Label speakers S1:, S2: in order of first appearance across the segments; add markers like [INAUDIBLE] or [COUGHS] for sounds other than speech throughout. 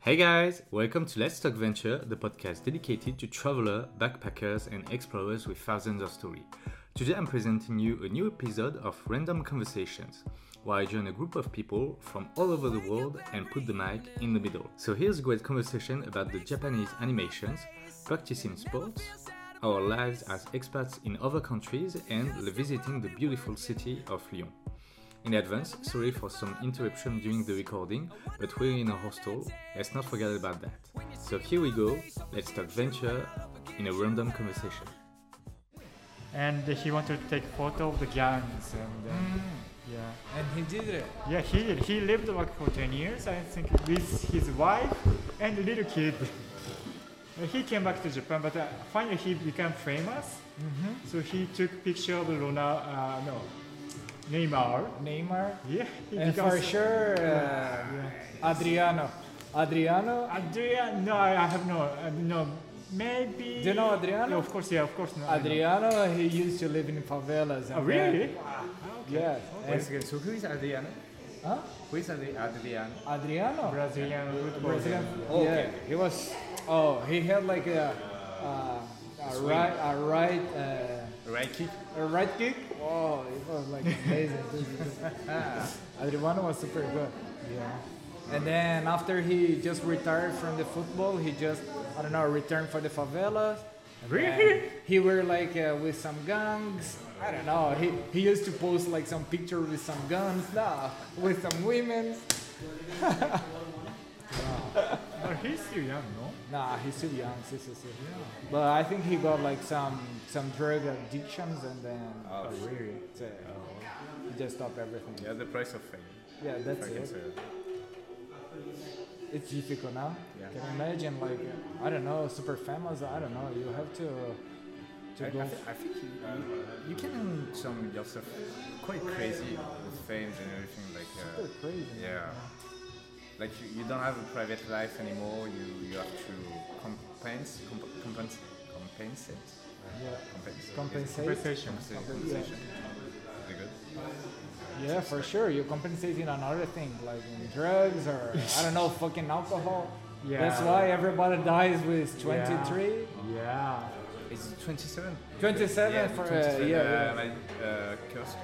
S1: Hey guys, welcome to Let's Talk Venture, the podcast dedicated to travelers, backpackers, and explorers with thousands of stories. Today I'm presenting you a new episode of Random Conversations, where I join a group of people from all over the world and put the mic in the middle. So here's a great conversation about the Japanese animations, practicing sports, our lives as expats in other countries, and visiting the beautiful city of Lyon. In advance, sorry for some interruption during the recording, but we're in a hostel, let's not forget about that. So here we go, let's talk venture in a random conversation.
S2: and he wanted to take photo of the gangs and uh, yeah
S3: Mm. And he did it.
S2: yeah he did he lived like for 10 years i think with his wife and little kid [LAUGHS] Uh, he came back to japan but uh, finally he became famous
S3: Mm-hmm.
S2: so he took picture of Rona, uh, no neymar
S3: Neymar.
S2: yeah he
S3: And
S2: becomes-
S3: for sure, uh, Adriano. Adriano.
S2: adrian no i I have no uh, no maybe
S3: Do you know
S2: yeah,
S3: Adriano?
S2: of course yeah of course no, I know.
S3: Adriano, he used to live in favelas. and
S2: oh, really
S3: Yeah.
S4: Once again, so who is Adriano?
S3: Huh?
S4: Who is Adri- Adriano?
S3: Adriano?
S2: brazilian football
S3: Brazilian.
S4: Oh,
S3: yeah.
S4: okay.
S3: He was. Oh, he had like a, uh, a right, a right, uh,
S4: Right kick?
S3: a right kick. Oh, it was like amazing. Ah, Adriano was super good.
S2: yeah
S3: And then after he just retired from the football, he just I don't know returned for the favelas. And
S2: Really?
S3: then He were like uh, with some gangs. I don't know. He he used to post like some picture with some guns, [LAUGHS] nah, with some women.
S2: but Oh, he's still young no
S3: Nah, he's still young, so, so, so. But I think he got like some some drug addictions and then
S4: Oh, really?
S3: so, he just stopped everything.
S4: Yeah, the price of fame. uh,
S3: Yeah,
S4: if
S3: that's
S4: I can say
S3: it.
S4: that.
S3: It's difficult now.
S4: Yeah.
S3: Can you imagine like I don't know, super famous. I don't know. You have to to
S4: I, I,
S3: go.
S4: thi- I think you, you, you can earn some yourself quite crazy with fame and everything. Like, uh,
S3: super crazy.
S4: yeah. Like, you, you don't have a private life anymore. You, you have to compense, comp- compense, compensate.
S3: Yeah.
S4: Compensate.
S3: Compensate.
S2: conversation
S4: Compensate.
S3: Compen- yeah.
S4: Compensation. Very good.
S3: Yeah, for sure. You compensate in another thing, like in drugs or I don't know, fucking alcohol.
S2: Yeah.
S3: That's why everybody dies with 23,
S2: Yeah.
S4: Is it 27?
S3: 27
S4: Yeah,
S3: for uh,
S4: 27,
S3: yeah.
S4: Uh, like, uh, Kurt,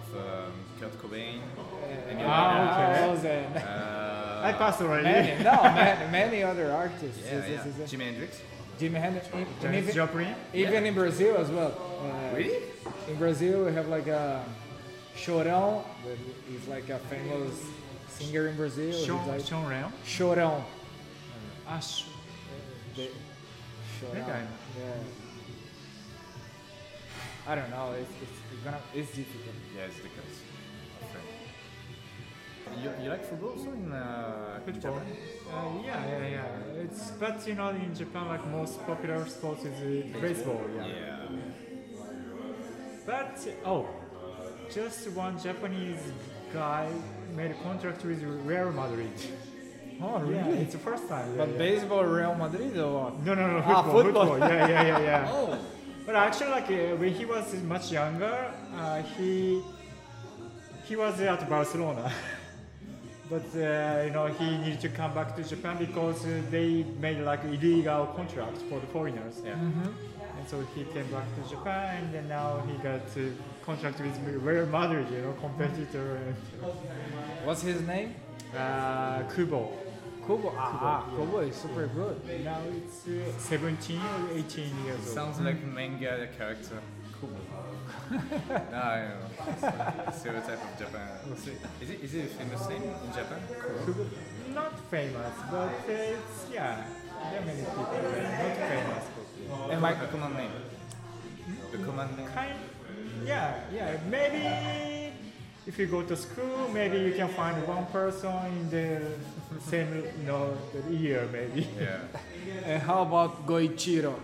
S4: of, um, Kurt Cobain.
S3: yeah.
S4: and
S3: Uh,
S4: you
S2: like-
S3: Ozzy
S4: [LAUGHS]
S3: and-
S4: Uh,
S2: I passed already.
S3: Many,
S2: [LAUGHS]
S3: no, man, many other artists.
S4: Yeah, yeah.
S3: Yes, yes, yes, yes.
S4: Jimi Hendrix.
S3: Jimi Hendrix. and
S2: Janis
S3: Even,
S2: Joplin.
S3: even in Brazil as well. Uh, In Brazil, we have like a Chorão. that He's like a famous singer in Brazil. He's
S2: Sean,
S3: like-
S2: Sean Ram.
S3: Chorão.
S2: Ah, sh-
S3: The,
S2: think
S3: Chorão.
S2: I-
S3: Yeah. I don't know. It's, it's, it's gonna. It's difficult.
S4: Yeah, it's the Kurt. You, you like football also in uh, in
S2: Football.
S4: Japan?
S2: uh, yeah, yeah, yeah. It's but you know in Japan like most popular sport is uh, baseball. Yeah.
S4: Yeah.
S2: But oh, just one Japanese guy made a contract with Real Madrid.
S3: Oh,
S2: Yeah, it's the first time. yeah,
S3: But
S2: yeah.
S3: baseball, Real Madrid or what?
S2: No, no, no.
S3: Ah,
S2: Football.
S3: football.
S2: football. yeah, yeah, yeah, yeah.
S3: [LAUGHS] Oh.
S2: But actually, like uh, when he was much younger, uh, he he was at Barcelona. [LAUGHS] but uh, you know he needed to come back to Japan because uh, they made like illegal contract for the foreigners,
S4: Yeah.
S2: and so he came back to Japan, and then now he got uh, contract with Real Madrid, you know, competitor. And,
S3: What's his name?
S2: uh, Kubo.
S3: Kubo. Ah,
S2: yeah.
S3: Kubo is super good.
S2: Now it's uh, 17 or 18 years old.
S4: Sounds like a manga character. Cool. no, I don't know. Stereotype of Japan. Is it, is it a famous name in Japan?
S2: Not famous, but it's yeah. There are many people. Not famous, but
S3: And like,
S4: A common name. The common name.
S2: kind. Yeah, yeah. Maybe if you go to school, maybe you can find one person in the same you know the year maybe. [LAUGHS]
S4: Yeah.
S3: and how about Goichiro?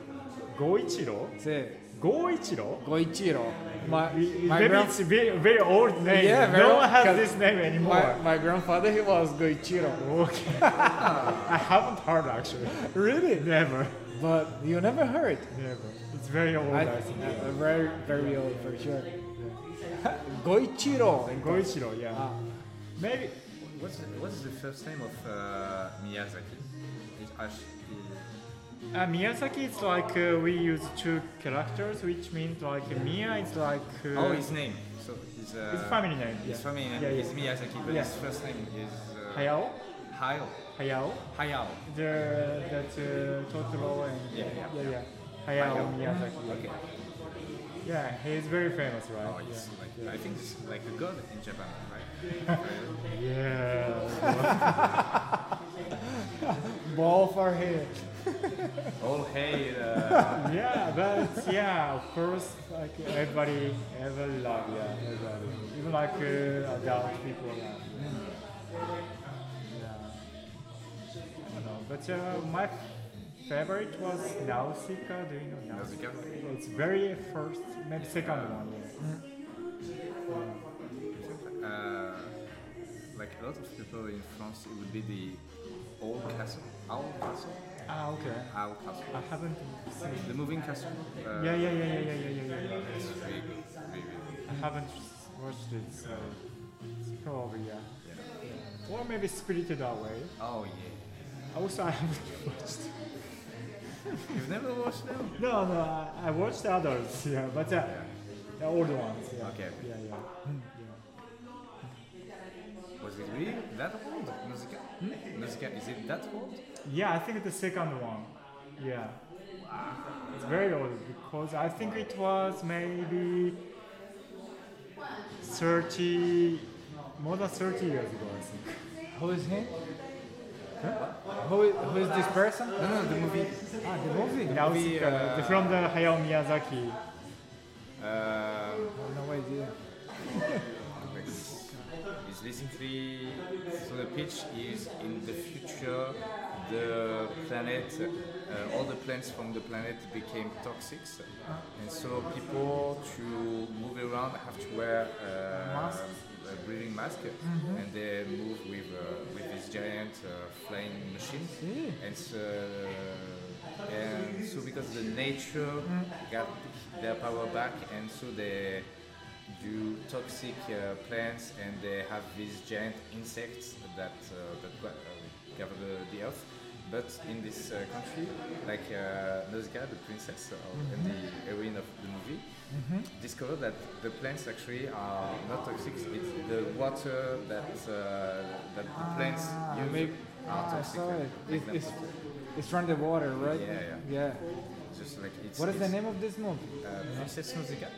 S2: Goichiro.
S3: Say,
S2: Goichiro.
S3: Goichiro. My, my,
S2: Maybe
S3: gran-
S2: it's a very, very old name.
S3: Yeah, very
S2: no
S3: old,
S2: one has
S3: 'cause
S2: this name
S3: my,
S2: anymore.
S3: my grandfather, he was Goichiro. [LAUGHS]
S2: Okay. I haven't heard actually.
S3: Really?
S2: Never,
S3: But you never heard.
S2: never. It's very old.
S3: I,
S2: I, think.
S3: uh, very, very old [LAUGHS] for sure. Goichiro.
S2: Goichiro, yeah.
S3: Ah,
S2: Maybe
S4: What's the, what's the first name of uh, Miyazaki? It's Ash.
S2: Uh, Miyazaki is like uh, we use two characters, which means like Mia is like uh,
S4: oh, his name. So his, uh,
S2: it's family name.
S4: His
S2: yeah.
S4: family name
S2: Yeah, yeah.
S4: is Miyazaki, but
S2: Yeah.
S4: his first name is uh,
S2: Hayao,
S4: Hayao.
S2: Hayao,
S4: Hayao.
S2: the that uh, Totoro and
S4: Yeah, yeah.
S2: yeah, yeah. Hayao,
S4: Hayao.
S2: Miyazaki.
S4: Okay.
S2: Yeah, he is very famous, right?
S4: Oh, he's like I think he's like a god in Japan,
S2: [LAUGHS]
S4: right? Uh,
S2: Yeah. [LAUGHS]
S3: Ball for him.
S4: All hail. Uh,
S2: yeah, but yeah, of course, like everybody, everybody love, yeah, everybody, even like uh, adult people. Yeah. yeah. I don't know, but uh, my favorite was Nausicaa. Do you know Nausicaa?
S4: Nausicaa?
S2: It's very first, maybe second one. Yeah.
S4: uh, like a lot of people in France, it would be the old castle, owl castle,
S2: Ah, okay.
S4: owl castle.
S2: I haven't seen.
S4: The moving castle. Uh,
S2: Yeah, yeah, yeah, yeah, yeah, yeah, yeah. yeah.
S4: It's really good, really good.
S2: I haven't watched it, so it's probably yeah.
S4: Yeah.
S2: Or maybe Spirited Away.
S4: Oh yeah.
S2: Also, [LAUGHS] I haven't watched.
S4: You've never watched them?
S2: No, no, I, I watched others, yeah, but uh, the old ones, yeah.
S4: Okay, okay.
S2: Yeah, yeah. yeah.
S4: Was it really that old? Nausicaa? Nausicaa, is it that old?
S2: Yeah, I think the second one. Yeah. It's very old because I think it was maybe 30, more than 30 years ago, I think.
S3: Who is he? Who is, who is this person? No, no, the movie. Ah, the movie.
S2: Now,
S4: movie,
S2: uh,
S4: uh,
S2: from the Hayao Miyazaki.
S4: Uh,
S3: I have no idea.
S4: is basically so the pitch is in the future the planet uh, all the plants from the planet became toxic and so people to move around have to wear uh,
S2: Masks?
S4: a breathing mask and they move with uh, with this giant uh, flying machine and so uh, and so because the nature got their power back and so they do toxic uh, plants and they have these giant insects that uh, that gra- uh, cover the, the earth. But in this uh, country, like uh, Nausicaa, the princess uh, and the heroine of the movie, discovered that the plants actually are not toxic. It's the water that uh, that the plants
S3: Ah,
S4: use
S3: maybe-
S4: are
S3: ah, I
S4: toxic.
S3: saw
S4: like-
S3: it.
S4: like
S3: It's,
S4: that
S3: it's,
S4: water.
S3: it's from the water, right?
S4: Yeah, yeah.
S3: Yeah.
S4: Just like it's,
S3: What is the
S4: it's,
S3: name of this movie?
S4: Uh, princess Nausicaa.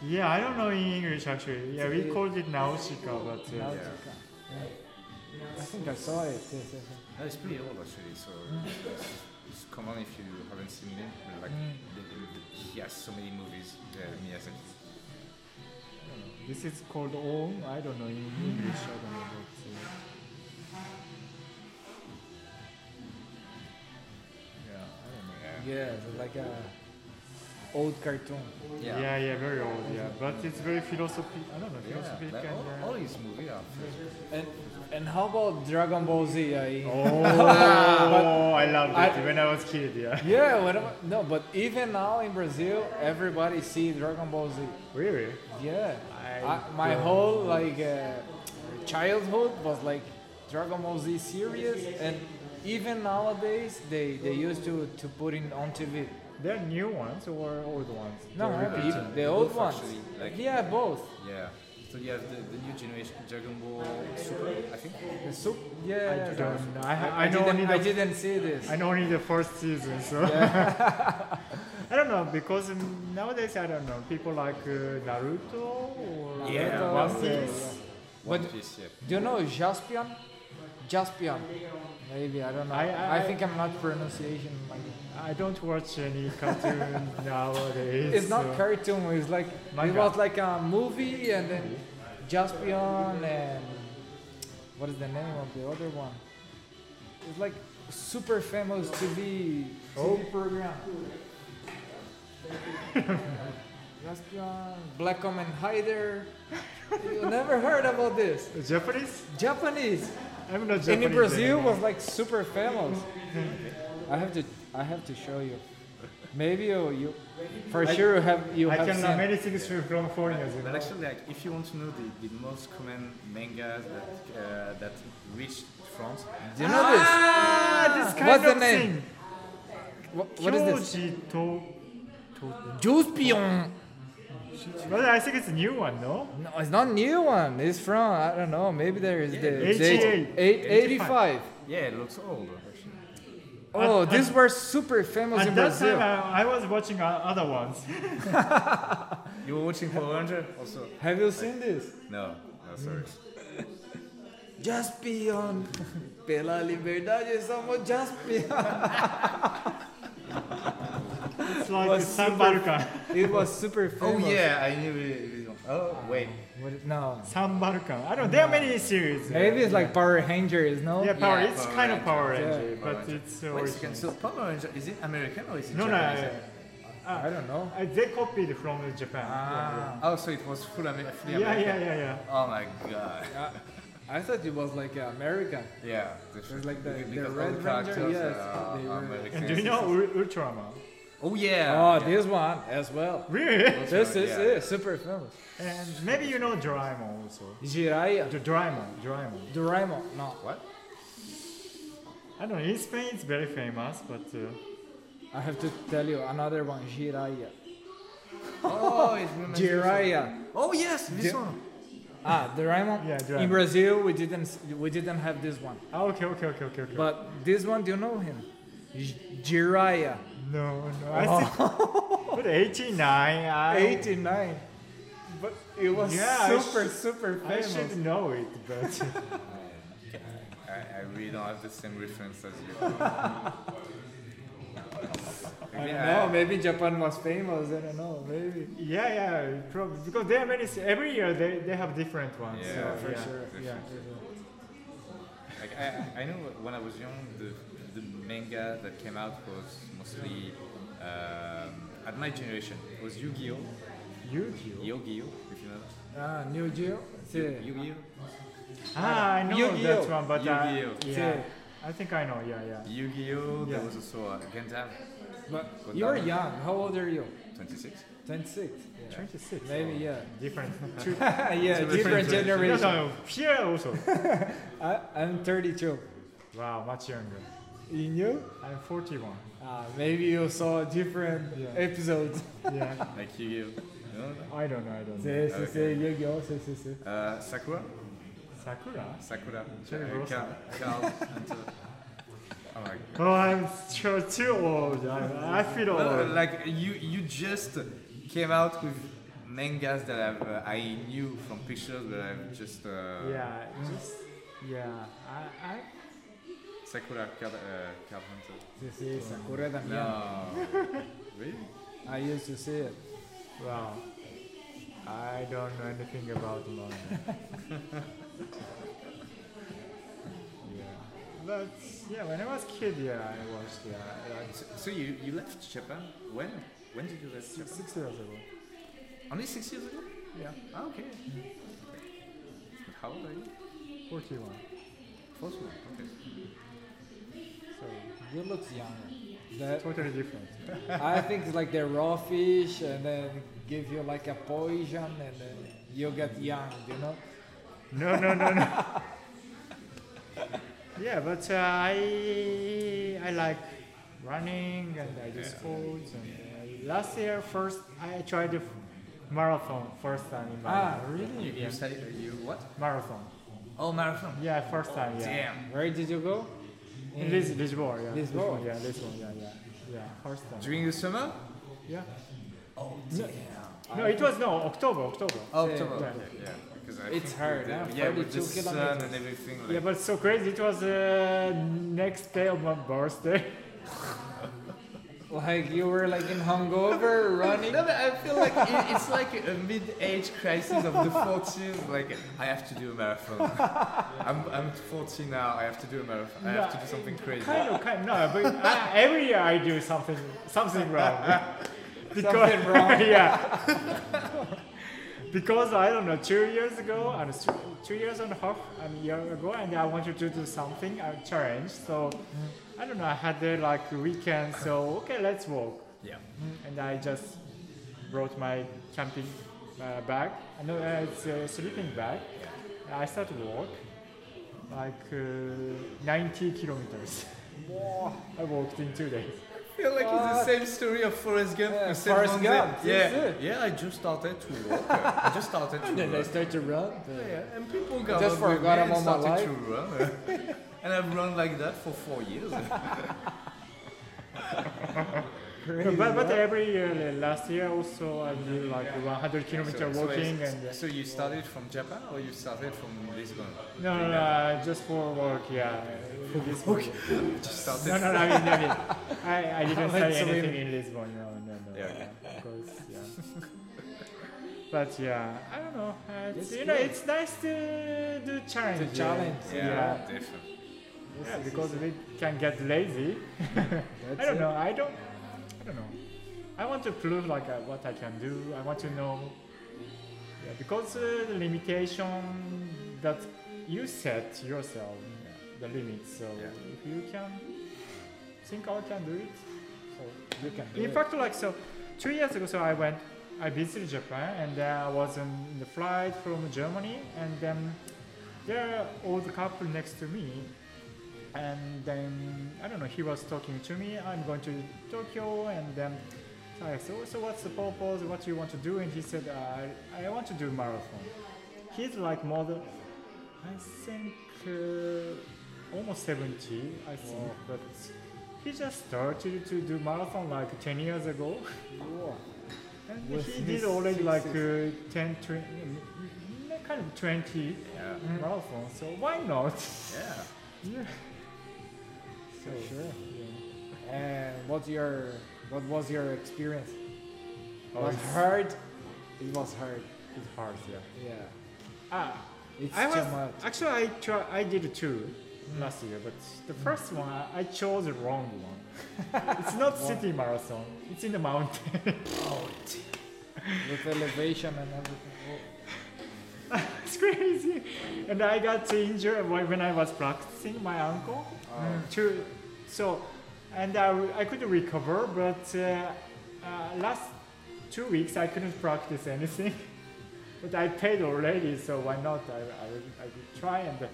S2: Yeah, I don't know in English actually. Yeah, we
S3: Okay.
S2: called it Nausicaa, but uh,
S3: Nausicaa.
S2: yeah.
S3: I think I saw it. Yes, yes, yes.
S4: No, it's pretty old actually, so it's, it's common if you haven't seen him. but, Like, the, the- he has so many movies, uh, Miyazaki.
S2: This is called Om. I don't know in English. I don't know. But, uh,
S4: Yeah, I don't know.
S3: Yeah, so like a old cartoon.
S2: Yeah. yeah, very old, yeah. But it's very philosophy. I don't know, philosophic
S4: like, all,
S2: uh,
S4: all his movies are.
S3: And and how about Dragon Ball Z? I-
S2: and. Uh,
S3: [LAUGHS]
S2: oh, I loved it
S3: I-
S2: when I was kid, yeah.
S3: Yeah, what about, no, but even now in Brazil, everybody see Dragon Ball Z.
S2: Really?
S3: Yeah,
S2: I
S3: I, my
S2: don't-
S3: whole like uh, childhood was like Dragon Ball Z series, and even nowadays they, they used to, to put in on TV.
S2: They're new ones or old ones?
S3: No,
S2: They're
S3: I-
S2: repeated.
S3: the, old
S4: Both,
S3: ones.
S4: actually, like-
S3: yeah, both.
S4: Yeah. So you have the, the new generation Dragon Ball Super, I think.
S3: The soup. Yeah,
S2: I
S3: yeah.
S2: don't know. I, ha- I, know only
S3: didn't,
S2: the,
S3: I
S2: I,
S3: didn't see this.
S2: know only the first season, so. [LAUGHS] I don't know, because um, nowadays, I don't know, people like uh, Naruto or
S4: Yeah,
S2: uh,
S3: One
S2: One
S3: Piece.
S2: Piece.
S4: One
S3: But-
S4: Piece, yeah.
S3: Do you know Jaspion? Jaspion. Maybe I don't know.
S2: I- I-
S3: think I'm not pronunciation. Like,
S2: I don't watch any
S3: [LAUGHS]
S2: cartoon nowadays.
S3: it's not
S2: so-
S3: cartoon. It's like it
S2: uh, Manga.
S3: was like a movie, and then Jaspion and what is the name of the other one? It's like super famous TV
S2: Oh. [LAUGHS]
S3: TV program. Jaspion, Black Omen Hider. You never heard about this?
S2: Japanese?
S3: Japanese.
S2: I'm not Japanese.
S3: and in Brazil
S2: anymore.
S3: was like super famous. I have to I have to show you. Maybe you, you for sure you have you
S2: I
S3: have
S2: can learn
S3: seen.
S2: many things from foreigners. you
S4: But
S2: know.
S4: actually, like, if you want to know the, the most common mangas that uh, that reached France,
S3: Do you know this?
S2: Ah, this kind
S3: What's
S2: of
S3: the name?
S2: thing.
S3: What, what is this?
S2: Kyoji To-
S3: Jospion.
S2: Well, I think it's a new one, no?
S3: No, it's not new one. It's from I don't know. Maybe there is the
S2: Yeah, 88.
S3: date. Eight- 85.
S4: yeah, it looks old. actually.
S3: Oh,
S2: At-
S3: these
S2: at-
S3: were super famous in
S2: At that
S3: Brazil.
S2: time, I, I was watching uh, other ones.
S4: You were watching Power Ranger also?
S3: have you seen this?
S4: No, no,
S3: [LAUGHS]
S4: sorry.
S3: Jaspion. Pela liberdade somos Jaspion.
S2: It's like
S3: Was
S2: San
S3: super-
S2: Baruka.
S3: It was super
S4: Oh
S3: famous.
S4: yeah, I knew it. Oh wait,
S3: What is- no.
S2: San Baruka. I don't know, there are many series. uh,
S3: Maybe it's like Power Rangers, no?
S2: Yeah, Power,
S4: Yeah,
S2: it's
S4: Power
S2: kind of
S4: Ranger.
S2: Power
S4: Yeah,
S2: Ranger,
S4: Power
S2: but
S4: Ranger.
S2: it's uh,
S4: wait a second.
S2: original.
S4: So Power Ranger is it American or is it
S2: No, no,
S4: Japanese?
S2: uh,
S3: I don't know.
S2: uh, they copied from Japan.
S3: Ah,
S4: Oh, so it was full Amer- fully
S2: yeah, yeah,
S4: American.
S2: yeah, yeah, yeah.
S4: Oh my god.
S3: I thought it was like uh, American.
S4: Yeah. the-
S3: It's like the-
S4: because
S3: the
S4: all the
S3: Red Ranger,
S4: characters
S3: yes,
S4: are
S3: they were-
S4: American.
S2: And do you know Ul- Ultraman?
S4: Oh yeah.
S3: Oh, this one as well.
S2: Really?
S3: This is
S4: yeah.
S3: it, super famous.
S2: And maybe you know Doraemon also.
S3: Jiraiya,
S2: The Doraemon, Doraemon.
S3: Doraemon, no.
S2: [LAUGHS]
S4: What?
S2: I don't know. In Spain, it's very famous, but uh,
S3: I have to tell you another one, Jiraiya.
S4: Oh, it's remember this one.
S3: Jiraiya.
S4: Oh yes, this
S3: Ji-
S4: one.
S3: Ah, Doraemon.
S2: Yeah, Doraemon.
S3: In Brazil, we didn't s- we didn't have this one,
S2: ah, okay, okay, okay, okay, okay.
S3: but this one, do you know him? J- Jiraiya.
S2: no, no. I think, but 89. I,
S3: 89.
S2: But
S3: It was
S2: Yeah, I
S3: super super
S2: I
S3: famous.
S2: should know it, but [LAUGHS]
S4: I, I really don't have the same reference as you.
S3: I don't
S4: Yeah.
S3: know. Maybe Japan was famous. I don't know. Maybe.
S2: yeah, yeah, probably because there are many. se- Every year they, they have different ones.
S4: Yeah,
S2: so,
S3: for
S2: yeah.
S3: sure.
S4: for
S3: Yeah.
S4: sure. Like I, I know when I was young, the, the manga that came out was mostly um, at my generation. It was Yu-Gi-Oh,
S2: Yu-Gi-Oh.
S4: Yu-Gi-Oh, if you know.
S3: Ah, New Geo.
S4: Yu-
S3: See.
S4: Yu-Gi-Oh,
S2: Ah, I know
S3: Yu-Gi-Oh.
S2: that one, but I-
S4: Yu-Gi-Oh.
S2: yeah, I think I know. Yeah, yeah.
S4: Yu-Gi-Oh. There
S2: Yeah.
S4: was also uh, Gundam,
S3: But
S4: Gundam.
S3: you're young. How old are you?
S4: 26.
S3: 26. Yeah.
S2: 26.
S3: Maybe yeah.
S2: Different.
S3: [LAUGHS] yeah, different
S4: different
S2: [LAUGHS] no, [LAUGHS]
S3: generation.
S2: no, here also.
S3: I, I'm 32.
S2: wow, much younger.
S3: You knew?
S2: I'm 41.
S3: Ah, maybe you saw different
S2: Yeah.
S3: episodes.
S2: Yeah.
S4: Like Yu-Gi-Oh. You know that?
S2: I don't know. I don't know.
S3: Sí, sí,
S4: Okay.
S3: sí, Yu-Gi-Oh, sí, sí, sí.
S4: Uh, Sakura,
S2: Sakura.
S4: Sakura,
S2: Cherry
S4: uh,
S2: Blossom.
S4: Cal- Cal- and, uh, Oh my god.
S2: Oh, I'm sure too old. I, I feel old.
S4: No, like you, you just came out with mangas that I've, uh, I knew from pictures, but I've just uh,
S2: yeah, just yeah. I, I
S4: Sakura Card, uh, Card Hunter.
S3: Sí, sí, Sakura también.
S4: No, really?
S3: I used to see it.
S2: wow. I don't know anything about manga. [LAUGHS] yeah, but yeah, when I was kid, yeah, I watched yeah, like
S4: So, so you, you left Japan when? When did you left
S2: six,
S4: Japan?
S2: six years ago.
S4: Only six years ago?
S2: Yeah,
S4: Ah, okay. But how old are you?
S2: forty-one.
S4: First one. Okay.
S3: So you look younger. That,
S2: Totally different.
S3: I think it's like the raw fish and then give you like a poison and then you get young, you know?
S2: No, no, no, no. yeah, but uh, I I like running and I do sports. And uh, last year, first I tried the f- marathon first time in my
S3: Ah,
S2: life.
S4: You,
S3: really?
S4: you study you what?
S2: marathon.
S4: Oh, marathon.
S2: Yeah, first time. Yeah.
S4: Damn.
S3: Where did you go?
S2: In Lis-
S4: Mm.
S2: Lisbon, yeah.
S3: Lisbon.
S2: yeah, Lisbon, yeah, yeah, yeah. First time.
S4: During the summer?
S2: Yeah.
S4: Oh, damn.
S2: No, it was no October, October.
S4: Oh,
S3: Yeah,
S4: October.
S2: yeah.
S4: Okay, yeah. Because I
S3: It's
S4: think
S3: hard,
S4: with the-
S3: huh?
S4: Yeah, with the
S3: 42
S4: sun
S3: kilometers.
S4: and everything. Like,
S2: Yeah, but so crazy. It was uh, next day of my birthday. [LAUGHS]
S3: Like you were like in hungover running.
S4: No, but I feel like it, it's like a mid-age crisis of the 40s. Like I have to do
S5: [LAUGHS]
S4: a marathon. I'm I'm 40 now. I have to do a marathon. I have to do something crazy.
S2: Kind of, kind of. No, but I, every year I do something, something wrong.
S3: [LAUGHS] Something wrong.
S2: [LAUGHS] yeah. because I don't know, two years ago and th- two years and a half and a year ago, and I wanted to do
S3: Mm-hmm.
S2: something, I challenge. So I don't know. I had the like weekend, so okay, let's walk.
S4: Yeah.
S2: and I just brought my camping uh, bag. I know uh, it's a sleeping bag. I started to walk like uh, 90 kilometers. I walked in two days.
S4: I feel like it's the
S5: What?
S4: same story of Forrest Gump.
S5: Yeah,
S4: the same
S5: Forrest
S4: one
S5: Gump,
S4: that- Yeah,
S5: that's it.
S4: yeah. I just started to walk. I just started to
S5: And then [LAUGHS] I
S4: walk.
S5: started to run.
S4: Yeah, and people got
S5: just
S4: up with
S5: forgot I'm
S4: me and
S5: on my
S4: started to run. [LAUGHS] and I've run like that for four
S5: [LAUGHS]
S4: years.
S5: Crazy,
S2: But, but
S5: huh?
S2: every year, like last year also, I did like 100 kilometer walking
S4: it's-
S2: and
S4: so you started from Japan or you started from Lisbon?
S2: no, no, no, just for work, yeah. This work.
S5: [LAUGHS]
S4: You started
S2: No, no, no, I mean, I, mean, I, I
S5: Let's
S2: didn't say anything
S5: win.
S2: in Lisbon. No, no, no.
S4: Yeah, okay.
S2: Of course, yeah. [LAUGHS] but yeah, I don't know. uh, It's,
S5: It's
S2: you know,
S5: good.
S2: it's nice to do challenge.
S5: To challenge,
S4: [LAUGHS] Yeah,
S2: Yeah. Yeah.
S4: definitely.
S2: Yeah, because we can get lazy.
S5: That's
S2: I don't
S5: it.
S2: know. I don't. I don't know. I want to prove like uh, what I can do. I want to know. Yeah, because uh, the limitation that you set yourself, the limits. So
S4: Yeah.
S2: if you can think I can do it, so
S5: You can do
S2: in
S5: it.
S2: fact, like so, two years ago, so I went, I visited Japan, and then I was in the flight from Germany, and then there old couple next to me, and then I don't know, he was talking to me. I'm going to Tokyo, and then I said, "Oh, so what's the purpose? What do you want to do? And he said, I, I want to do marathon. He's like more than, I think, uh, almost 70, I think, but he just started to do marathon like 10 years ago.
S5: Whoa.
S2: And
S5: With
S2: he
S5: his
S2: did already like uh,
S5: success.
S2: 10, 20, mm, kind of 20
S4: Yeah,
S2: marathon, so why not?
S4: yeah.
S2: yeah.
S5: For sure. And what's your what was your experience?
S2: Oh,
S5: was
S2: it's-
S5: hard. It was hard.
S2: It's hard, yeah.
S5: Yeah.
S2: Ah,
S5: It's
S2: I
S5: too
S2: was
S5: much.
S2: actually I try, I did two last year, but the first one I chose the wrong [LAUGHS] one. it's not city marathon. It's in the mountain. [LAUGHS]
S5: [LAUGHS] With elevation and everything.
S2: it's crazy. And I got injured wh- when I was practicing my ankle.
S5: Oh,
S2: To, so, and I, w- I could recover, but uh, uh, last two weeks I couldn't practice anything. [LAUGHS] but I paid already, so why not? I, I, will- I will try and. uh,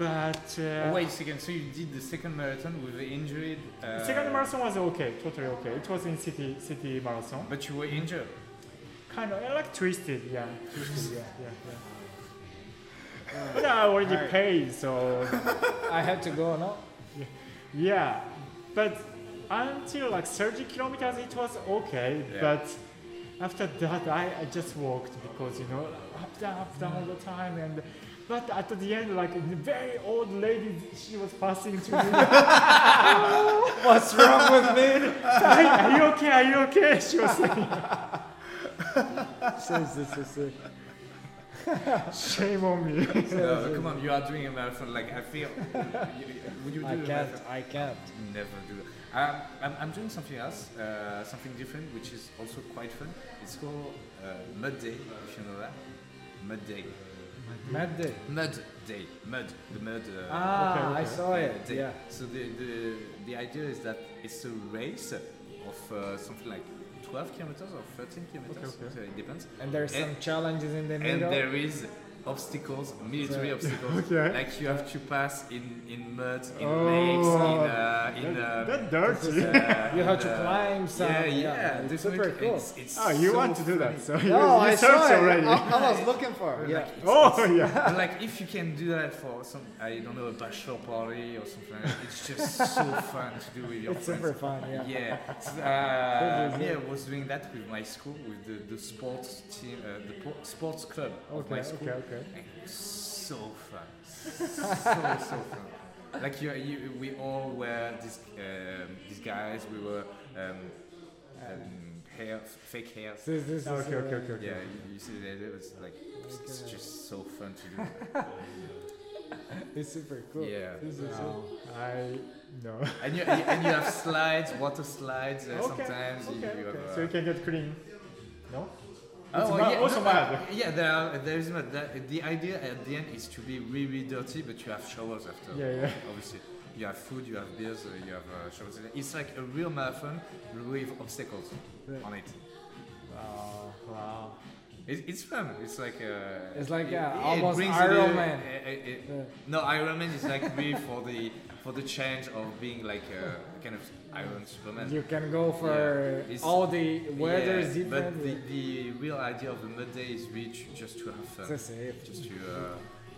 S2: But uh,
S4: Oh, wait a second. So you did the second marathon with the injured. Uh,
S2: second marathon was okay, totally okay. It was in city city marathon,
S4: But you were injured.
S2: kind of I like twisted, yeah, twisted, yeah, yeah. yeah.
S5: Oh.
S2: But I already
S5: Alright.
S2: paid, so
S5: I had to go, no?
S2: Yeah, but until like 30 kilometers it was okay,
S4: Yeah.
S2: but after that I, I just walked because you know up down up down all the time and but at the end like the very old lady she was passing to
S4: [LAUGHS]
S2: me
S5: What's wrong with [LAUGHS] me?
S2: are, are you okay are you okay she was like
S5: Says this is it.
S2: shame on me
S4: No, come on. You are doing a marathon. Like I feel. you, would you do
S5: I
S4: a
S5: can't.
S4: marathon?
S5: I can't.
S4: Never do that. Um, I'm, I'm doing something else, uh, something different, which is also quite fun. It's called uh, Mud Day, if you know that. Mud Day.
S5: Mad day.
S4: Mud Day. Mud. The mud. Uh,
S5: Ah,
S2: okay,
S5: I
S2: okay.
S5: saw it.
S4: day.
S5: Yeah.
S4: So Uh, the, the, the idea is that it's a race of uh, something like 12 kilometers or 13 kilometers,
S2: Okay, okay.
S4: so it depends.
S5: And there's some challenges in the
S4: And
S5: middle.
S4: there is obstacles, military
S5: So-
S4: obstacles,
S2: [LAUGHS] Okay.
S4: like you have to pass in, in mud, in
S2: Oh.
S4: lakes, in, uh, in uh,
S2: that, [LAUGHS] that dirty
S5: [LAUGHS]
S4: uh,
S5: You have to
S4: and, uh,
S5: climb some.
S4: Yeah, yeah,
S5: It's
S4: definitely.
S5: super cool.
S4: It's, it's
S2: oh you
S4: so
S2: want to do that so you,
S5: No,
S2: you
S5: I saw
S2: searched
S5: it. Oh.
S2: already
S5: I, I was looking for. it. Yeah.
S4: Like,
S2: oh yeah
S4: But like if you can do that for some, I don't know, a bachelor party or something, like that, it's just
S5: [LAUGHS]
S4: so fun to do with your
S5: It's
S4: friends.
S5: super fun. Yeah.
S4: Yeah, it's,
S5: Good
S4: uh,
S5: idea.
S4: yeah, I was doing that with my school, with the, the sports team, uh, the po- sports club of
S2: okay
S4: my school.
S2: okay okay
S4: And it was so fun, so so fun. Like you, you we all were this, um, these guys. We were um, um, hair, fake hair.
S5: This, this is,
S2: okay okay
S5: uh,
S2: okay okay
S4: Yeah, you, you see that it was like it's- it's
S5: Okay.
S4: just so fun to do.
S5: It's super cool.
S4: Yeah.
S5: This is it.
S2: No, I no
S4: and you and you have slides, water slides. Uh,
S2: Okay,
S4: Sometimes you-
S2: okay,
S4: you have.
S2: okay.
S4: uh,
S2: So you can get clean. No?
S6: Oh,
S2: It's ma- [LAUGHS] also mad.
S6: Yeah, there, are, there is mad. The, the idea at the end is to be really dirty, but you have showers after.
S2: Yeah, yeah.
S6: Obviously, you have food, you have beers, uh, you have uh, showers. It's like a real marathon with obstacles
S2: Right.
S6: on it.
S2: Oh, wow.
S6: it. It's fun. It's like uh,
S3: It's like, yeah,
S6: it
S3: almost
S6: brings
S3: Iron
S6: the-
S3: Man.
S6: uh, uh, it-
S3: Yeah.
S6: No, Iron Man is like me for the for the change of being like a kind of Iron Superman.
S3: You can go for
S6: Yeah, it's-
S3: all the weather is
S6: Yeah,
S3: different.
S6: But the, the real idea of the mud day is really to- just to have fun.
S3: It's the same.
S4: [LAUGHS]
S6: just to uh,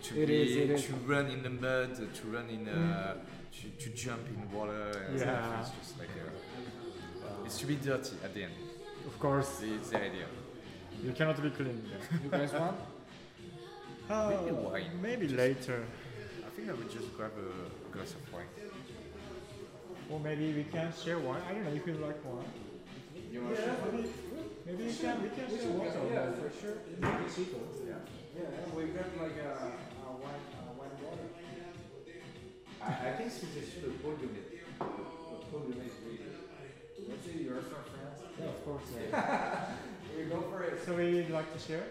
S6: to
S3: It
S6: be,
S3: is, it is.
S6: to run in the mud, uh, to run in uh, to, to jump in water. And
S2: Yeah.
S6: stuff. It's just like uh, it's to be dirty at the end.
S2: Of course,
S6: It's the idea.
S2: you cannot be clean. then.
S3: You guys want?
S6: Maybe
S2: [LAUGHS] Oh,
S6: wine.
S2: Maybe
S6: Just-
S2: later.
S6: I think I would just grab a glass of wine.
S2: Or maybe we can share one. I don't know if you like one.
S6: You want
S2: Maybe we can, we can share one.
S3: for sure.
S6: Yeah.
S3: Yeah, we got like a, a white, a white water.
S6: I, I can suggest you a Paul Dumet. Paul Dumet is really good. Let's
S3: uh,
S6: say you're from France.
S3: Yeah, of course.
S6: We go for it.
S2: So we would like to share?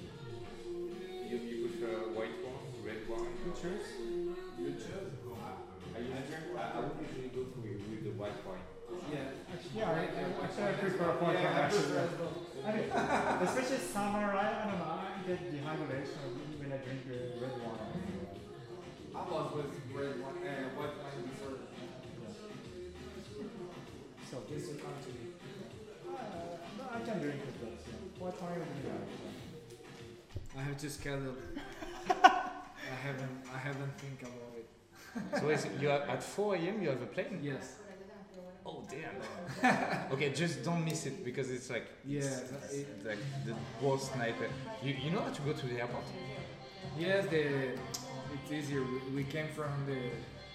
S6: You, you prefer white wine, red wine?
S2: You choose?
S6: You choose. I usually, I, I would usually go to, with the white wine.
S2: Actually, yeah, I, I- actually I prefer a point yeah, actually. I mean, especially summer, right? I don't know, I get dehydration when I drink uh, red wine.
S7: I was with red wine and white wine before.
S2: So,
S7: This will come to me.
S2: uh, no, I can drink with that. Yeah. What wine do you like?
S7: I have just scheduled. I haven't. I haven't think about it.
S4: So is it, you have, at 4 a.m. you have a plane?
S7: Yes.
S4: Oh damn. [LAUGHS] okay, just don't miss it because it's like
S7: Yeah.
S4: it's-
S7: that- it-
S4: it's like the worst night. You, you know how to go to the airport.
S3: Yes, the it's easier. We- We came from the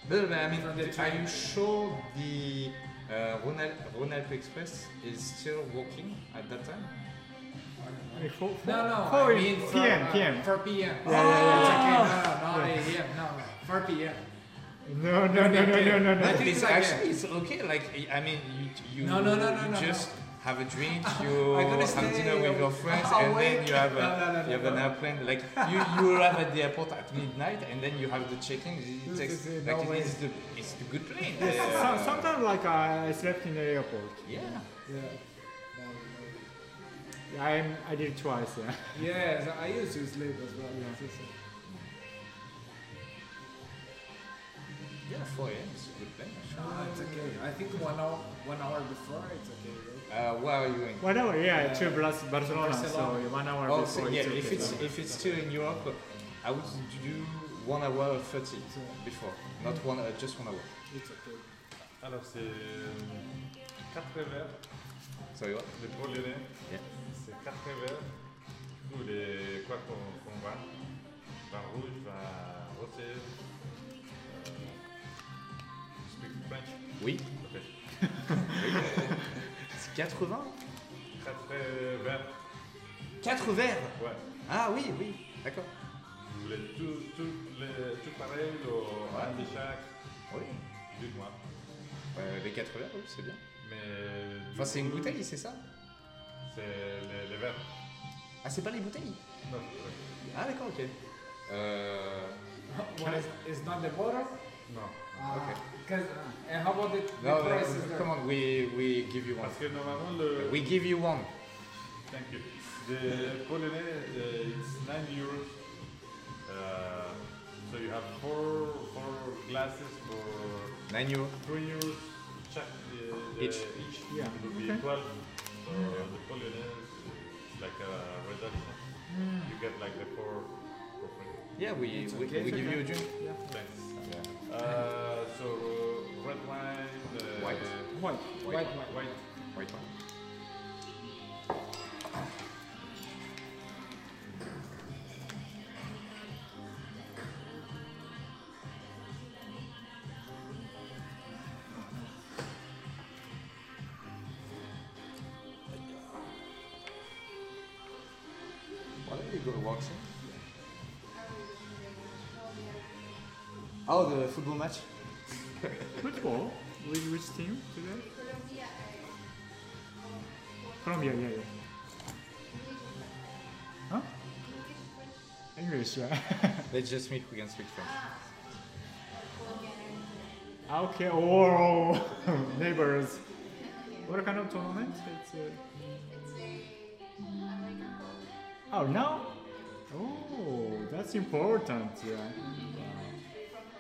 S4: But, but I mean,
S3: From the
S4: are
S3: train.
S4: you sure the uh, Ronald Ronaldo Express is still working at that time?
S2: I mean, for, for,
S3: no no.
S2: for
S3: I mean from,
S2: PM,
S3: uh,
S2: PM.
S3: 4 p.m.
S2: Yeah, yeah, yeah.
S3: It's Oh, okay. No, no, not 8 a.m.
S2: No, no, no, no, no, no,
S3: No, no, 4 p.m.
S4: But
S2: no.
S3: think
S4: it's
S3: it's like,
S4: actually it's okay. Like I- I mean, you you,
S3: No, no, no, no,
S4: you
S3: no,
S4: just have a drink,
S3: [LAUGHS]
S4: you
S3: I'm gonna
S4: have dinner
S3: stay
S4: with your
S3: [LAUGHS]
S4: friends,
S3: awake.
S4: and then you have a,
S3: No, no, no,
S4: you have
S3: no,
S4: an
S3: no.
S4: airplane. Like you, you arrive at the airport at midnight, and then you have the check-in. It
S3: This
S4: takes
S3: is, uh,
S4: like
S3: no
S4: it's the it's the good plane.
S2: Some,
S4: Uh,
S2: sometimes like I slept in the airport.
S4: yeah.
S3: Yeah. No,
S2: Yeah, I'm, I did it twice, yeah. [LAUGHS]
S3: no. Yes, I used to sleep as well.
S2: Yeah.
S3: yes, yes, yes.
S4: Yeah, 4 a.m. is a good plane.
S3: No, it's okay. I think one hour, one hour before it's okay. right?
S4: Uh, where are you in?
S2: One hour, yeah,
S3: Yeah.
S2: to Bras- Barcelona, so
S3: Barcelona.
S2: one hour
S4: Oh, so
S2: before.
S4: yeah,
S2: it's
S4: if
S2: okay.
S4: it's if it's still in Europe, I would do one hour thirty before, not one uh, just one hour.
S3: It's okay.
S8: Alors c'est 4 verres,
S4: Sorry, what?
S8: les Paul Lyonnais.
S4: Yeah.
S8: C'est 4 verres. Nous les quoi qu'on qu'on va. Vin rouge, vin rosé. euh, Speak French.
S4: Oui.
S8: Ok.
S4: C'est 80
S8: 4 verres.
S4: 4 verres
S8: Ouais.
S4: Ah oui, oui, d'accord.
S8: Vous voulez tout, tout, les, tout pareil au un de chaque
S4: Oui.
S8: du noir.
S4: Euh, les 4 verres, oui, c'est bien.
S8: Mais du
S4: Enfin, c'est une
S8: coup,
S4: bouteille, c'est ça
S8: C'est les, les verres.
S4: Ah, c'est pas les bouteilles
S8: Non, ouais.
S4: Ah, d'accord, ok. Euh.
S3: What is, it's not the bottle?
S8: non.
S4: Okay.
S3: Because uh, and how about the, the
S4: No,
S3: price?
S4: no,
S3: is there?
S4: come on, we, we give you one.
S8: Parce que normalement le.
S4: We give you one.
S8: Thank you. The Polonais, uh, it's 9 euros. Uh, so you have four four glasses for
S4: 9 euros.
S8: 3 euros check the, the
S4: Each.
S8: each.
S2: Yeah.
S8: It would be 12. So the Polonais, it's like a reduction.
S2: Hmm.
S8: You get like the four for free.
S4: Yeah, we, we, we give you a drink.
S8: Thanks.
S4: Yeah.
S8: Uh, so uh, red wine. Uh,
S4: White.
S2: White.
S3: White wine.
S8: White.
S4: White one. Why don't you go to Watson? Oh, the football match?
S2: Football? With which team today? Colombia, yeah, yeah. Huh? English, yeah.
S9: Let's just meet. We can speak French.
S2: Okay, oh, [LAUGHS] neighbors. What kind of tournament? It's uh, a... Oh, now? Oh, that's important, yeah.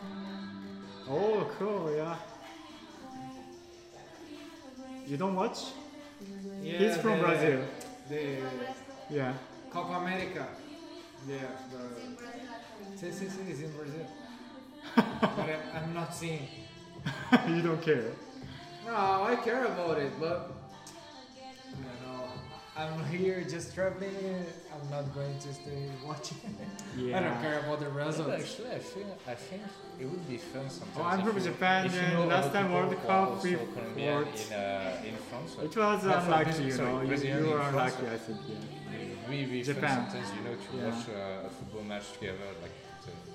S2: Wow. Oh, cool, yeah. You don't watch?
S3: Yeah,
S2: He's from
S3: the-
S2: Brazil.
S3: The
S2: Yeah. [LAUGHS]
S3: Copa America. Yeah. The... Sí, sí, sí, it's in Brazil. but I, I'm not seeing.
S2: you don't care.
S3: No, I care about it, but I don't know. I'm here just traveling. I'm not going to stay watching.
S2: Yeah.
S3: I don't care about the results.
S4: Actually, I think, I think it would be fun sometimes.
S2: Oh, I'm
S4: if
S2: from
S4: you-
S2: Japan,
S4: if you
S2: and
S4: know
S2: last
S4: about
S2: time
S4: people
S2: World
S4: who are
S2: Cup,
S4: also
S2: we
S4: Colombian
S2: fought-
S4: in, uh, in France.
S2: It was
S4: Not from
S2: unlucky,
S4: Brazil,
S2: you
S4: sorry,
S2: know. You,
S4: Brazil
S2: you
S4: in
S2: were
S4: France.
S2: unlucky, I think. Yeah.
S4: really
S2: Japan.
S4: fun sometimes, you know, to
S2: Yeah.
S4: watch uh, a football match together. Like,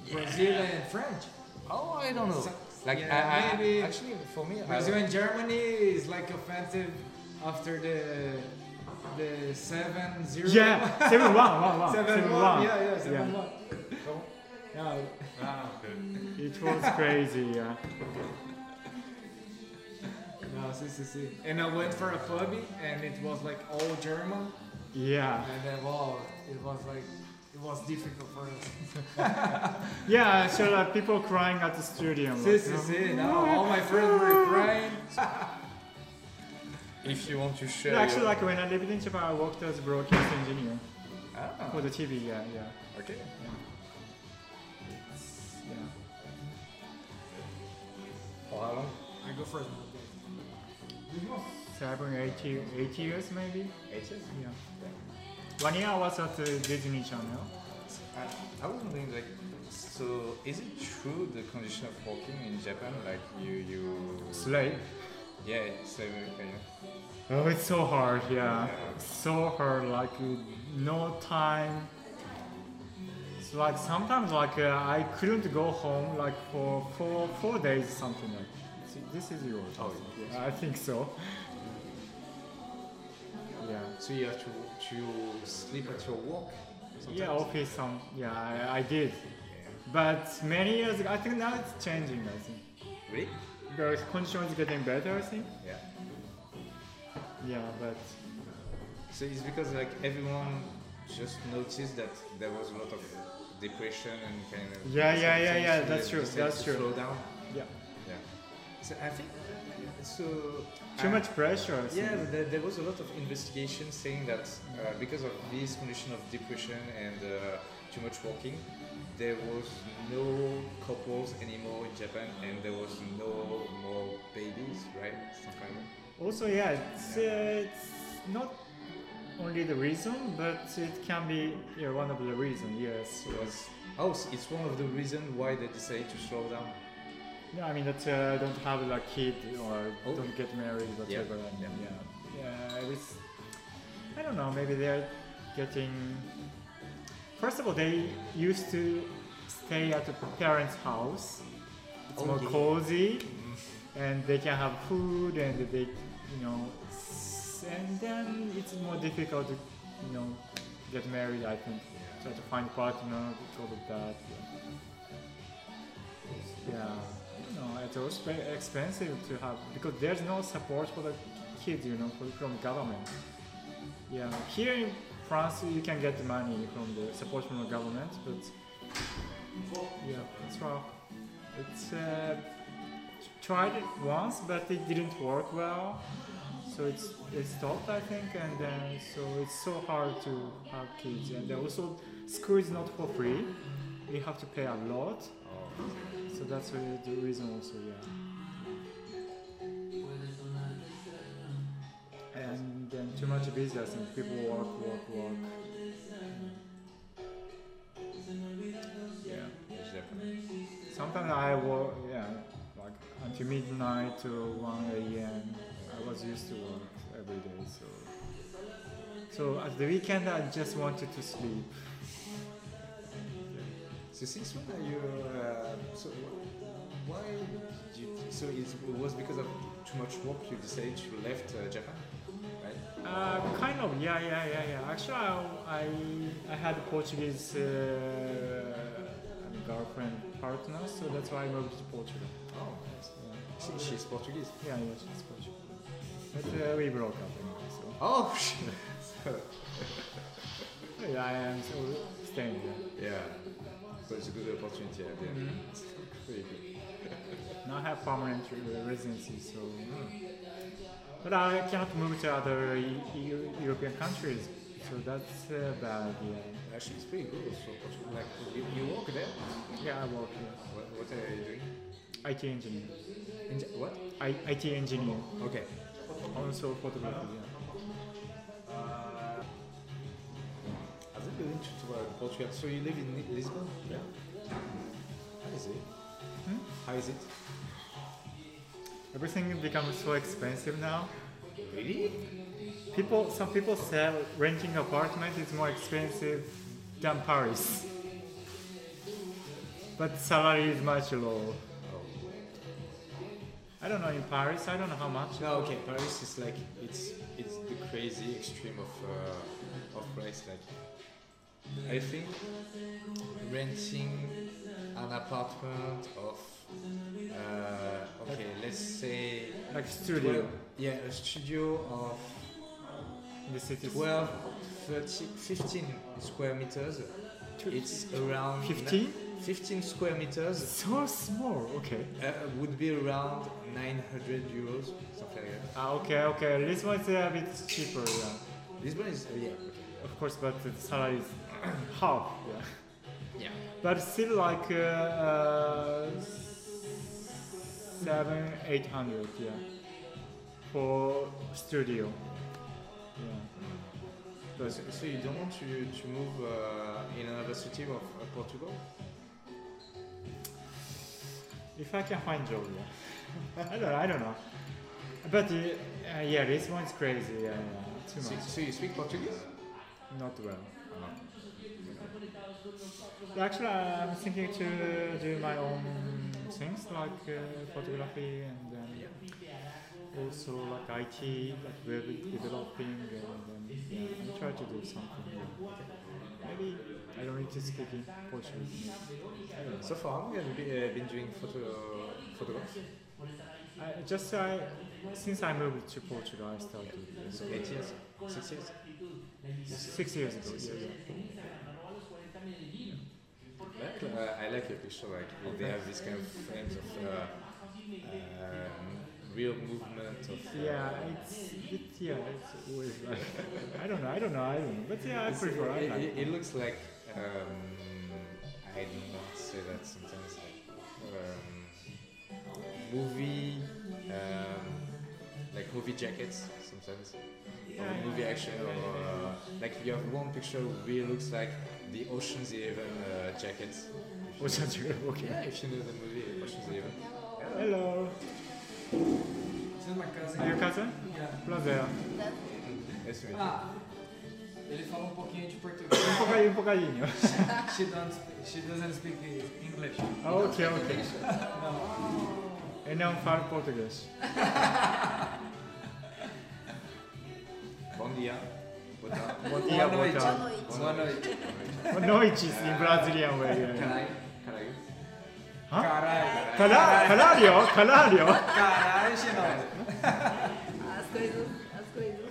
S4: to-
S3: Brazil and French.
S4: oh, I don't know.
S3: So-
S4: Like,
S3: yeah,
S4: I, I,
S3: maybe-
S4: actually, for me, I,
S3: Brazil and Germany is like offensive after the the 7 0.
S2: Yeah, 7 1, 1,
S3: [LAUGHS]
S2: 1.
S3: 7 1. Yeah, yeah, 7
S2: Oh, Yeah.
S3: 1. Yeah.
S8: Ah, okay.
S2: It was crazy, yeah.
S3: No, see, see, see. And I went for a pubby, and it was like all German.
S2: Yeah.
S3: And then, wow, it was like, it was difficult for us.
S2: Yeah, so uh, people crying at the stadium.
S3: See, see, see. Now all my friends were crying.
S4: if you want to share.
S2: Yeah, Actually,
S4: your-
S2: like when I lived in Japan, I worked as a broadcast engineer
S4: Ah,
S2: for the TV, yeah, yeah.
S4: okay.
S2: yeah.
S4: For how long?
S3: I go first.
S2: So I've been 80, 80 years maybe?
S4: Eight years?
S2: Yeah. One year I was at the Disney Channel.
S4: I, I was wondering, like, so is it true the condition of working in Japan, like you, you,
S2: Slave.
S4: yeah, it's uh, kind of-
S2: Oh, it's so hard, yeah. So hard, like uh, no time. It's like sometimes, like uh, I couldn't go home, like for four four days, something like. So this is yours. Oh, yeah. I think so. yeah.
S4: so you have to to sleep at your work. Sometimes.
S2: Yeah. Okay. Some. Yeah. I, I did. But many years ago, I think now it's changing. I think
S4: Really?
S2: the condition is getting better. I think.
S4: Yeah.
S2: Yeah. But
S4: So it's because like everyone just noticed that there was a lot of depression and kind of.
S2: Yeah, yeah, yeah,
S4: things,
S2: yeah,
S4: so
S2: that's
S4: they
S2: true,
S4: decided
S2: that's
S4: to
S2: true.
S4: Slow down.
S2: yeah.
S4: Yeah. So I think so.
S2: Too
S4: I-
S2: much pressure. I think.
S4: Yeah, but there, there was a lot of investigation saying that uh, because of this condition of depression and uh, too much walking, there was no couples anymore in Japan, and there was no more babies, right? Something like that.
S2: Also, yeah, it's, uh, it's not only the reason, but it can be yeah, one of the reasons, yes.
S4: It was oh, so it's one of the reasons why they decided to slow down.
S2: No, I mean, that uh, don't have like kid or
S4: Oh.
S2: don't get married, whatever. and
S4: yeah.
S2: yeah. Yeah, it was, I don't know, maybe they're getting. First of all, they used to stay at the parents' house. It's more
S4: Okay.
S2: cozy, and they can have food, and they, you know, s- and then it's more difficult to, you know, get married. I think try to find partner because of that. Yeah, yeah. no, it's also very expensive to have because there's no support for the kids, you know, for, from government. Yeah, here in France you can get the money from the support from the government, but yeah, it's rough. It's uh, tried it once, but it didn't work well. So it's it stopped, I think, and then so it's so hard to have kids, and then also school is not for free. You have to pay a lot, so that's really the reason also, yeah. And then too much busy, I think people work, work, work. Yeah.
S4: in Japan.
S2: Sometimes I work, yeah, like until midnight to 1 a.m. I was used to work every day, so. So at the weekend, I just wanted to sleep.
S4: So since when are you? Uh, so wh-
S3: Why?
S4: You, so it's, it was because of too much work you decided to left uh, Japan, right?
S2: Uh, kind of, yeah, yeah, yeah, yeah. Actually, I, I, I had a Portuguese uh, I mean, girlfriend partner, so that's why I moved to Portugal.
S4: Oh, she, she's Portuguese.
S2: Yeah, yeah, she's Portugal. But uh, we broke up anyway, so
S4: Oh, [LAUGHS]
S2: yeah, I am so staying here.
S4: yeah. So it's a good opportunity. Yeah. Very good.
S2: Now I have permanent re- residency, so. hmm. But I cannot move to other E- E- European countries, so that's uh, bad. Yeah,
S4: Actually, it's pretty good also. Portugal. Like you, you work there.
S2: yeah, I work here.
S4: What, what are you doing?
S2: IT engineer.
S4: In, Ja- what?
S2: I, IT engineer.
S4: Okay.
S2: Also photography. Yeah.
S4: I think we went to uh, Portugal. So you live in Li- Lisbon? Yeah. Hmm? How is it? How is it?
S2: Everything becomes so expensive now.
S4: Really?
S2: People, some people say renting apartment is more expensive than Paris, but salary is much lower. I don't know in Paris. I don't know how much.
S4: No, okay. Paris is like it's it's the crazy extreme of uh, of price. Like I think renting an apartment of uh, okay, let's say
S2: Like studio,
S4: 12 yeah, a studio of
S2: in the city.
S4: 12, 30, 15 square meters. It's around
S2: Fifteen?
S4: 15 square meters
S2: So small. Okay.
S4: uh, would be around 900 euros, something like that.
S2: Ah, okay, okay. Lisbon is a bit cheaper. Yeah.
S4: Lisbon is uh, yeah. okay.
S2: Of course, but the salary is [CLEARS THROAT] half. Yeah.
S4: Yeah.
S2: But still, like uh, uh, seven, eight hundred, yeah, for studio. Yeah.
S4: So, so you don't want to, to move uh, in another city of uh, Portugal?
S2: If I can find job, yeah. [LAUGHS] I don't, I don't know. But uh, uh, yeah, this one's crazy. Yeah, yeah. too
S4: So,
S2: much.
S4: so you speak Portuguese?
S2: Not well. Uh-huh. Actually, I'm thinking to do my own things like uh, photography and um, also like IT, like web developing, and um, yeah, I'm trying to do something. yeah. Maybe I don't need to speak in Portuguese. I don't know.
S4: So far, how long have you been, uh, been doing photo photographs?
S2: I, just I, since I moved to Portugal, I started yeah.
S4: So eight years, six years.
S2: six years ago. Yeah, yeah.
S4: Like, uh, I like your picture. Like
S2: Oh,
S4: if they have this kind of frames of uh, um, real movement of. uh,
S2: Yeah, it's it, yeah, it's always like [LAUGHS] I don't know, I don't know, I don't know. But yeah, I
S4: It's-
S2: prefer I
S4: it,
S2: like.
S4: it- it looks like um, I don't know how to say that sometimes like um, movie um, like movie jackets sometimes or oh, movie action or uh, like you have one picture who really looks like the Ocean's Eleven uh, jackets.
S2: What's that? [LAUGHS] Okay.
S4: Yeah, if you know the movie Ocean's Eleven.
S2: Hello.
S3: This is my cousin.
S2: Are you cousin?
S3: Yeah.
S2: Prazer.
S4: Yes, we do.
S3: Ah, ele fala um pouquinho de português.
S2: Um pouquinho, um pouquinho.
S3: she, don't, sp- she doesn't speak English.
S2: Ah, ok, ok.
S3: No.
S2: Eu não falo português.
S4: Bom dia. Boa [LAUGHS] tarde.
S2: Bom dia,
S3: Boa
S2: boa
S3: noite.
S2: tarde.
S3: Boa noite.
S2: Boa noite, em brasileiro. way, yeah, yeah.
S3: Caralho.
S4: Caralho.
S2: Hã?
S3: Caralho.
S2: Cala- Calário, calário.
S4: [LAUGHS]
S3: Caralho, Ginaldo.
S10: As coisas. As coisas.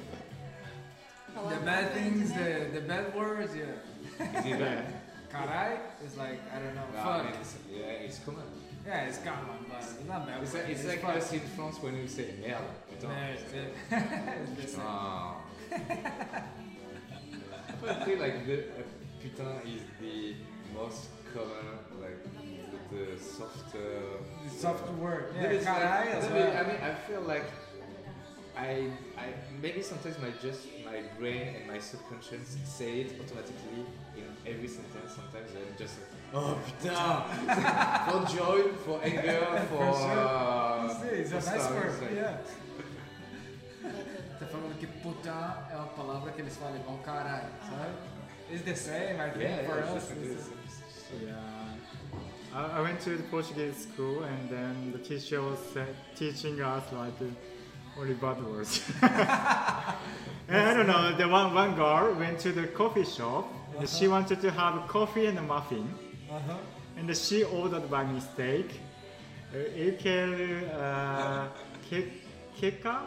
S3: The
S10: Falar
S3: bad
S10: mal,
S3: things,
S10: né?
S3: the, the bad words, yeah.
S4: Is it [LAUGHS] bad?
S3: Caralho is like, I don't know,
S4: No, I
S3: fuck.
S4: mean, it's, yeah, it's common.
S3: Yeah, it's common, but it's not bad.
S4: It's like, it's like
S3: fuck.
S4: us in France when we say merde. Putain.
S3: Yeah, it's the- it's the same.
S4: Ah. [LAUGHS] I feel like the uh, putain is the most common, like the, the soft. Uh,
S3: The soft word.
S4: There
S3: Yeah,
S4: is, like,
S3: caralho as
S4: there is- I
S3: well.
S4: mean, I feel like I, I maybe sometimes my just my brain and my subconscious say it automatically in every sentence. Sometimes I'm just like, oh
S3: [LAUGHS]
S4: putain, for joy, for anger, for.
S3: sure.
S4: uh,
S3: It's
S4: for
S3: a nice
S4: stuff. It's
S3: word,
S4: like-
S3: yeah. Tá falando que puta é uma palavra que eles falam igual caralho, sabe? It's the same, I think,
S4: Yeah,
S3: for
S4: yeah, it's-
S3: us. it's-
S4: it's- it's-
S2: Yeah. I, I went to the Portuguese school and then the teacher was uh, teaching us like uh, only bad words. [LAUGHS] and I don't know. The one one girl went to the coffee shop. and she wanted to have coffee and a muffin,
S5: Uh-huh.
S2: and she ordered by mistake. Uh, Ikel uh, ke, keka.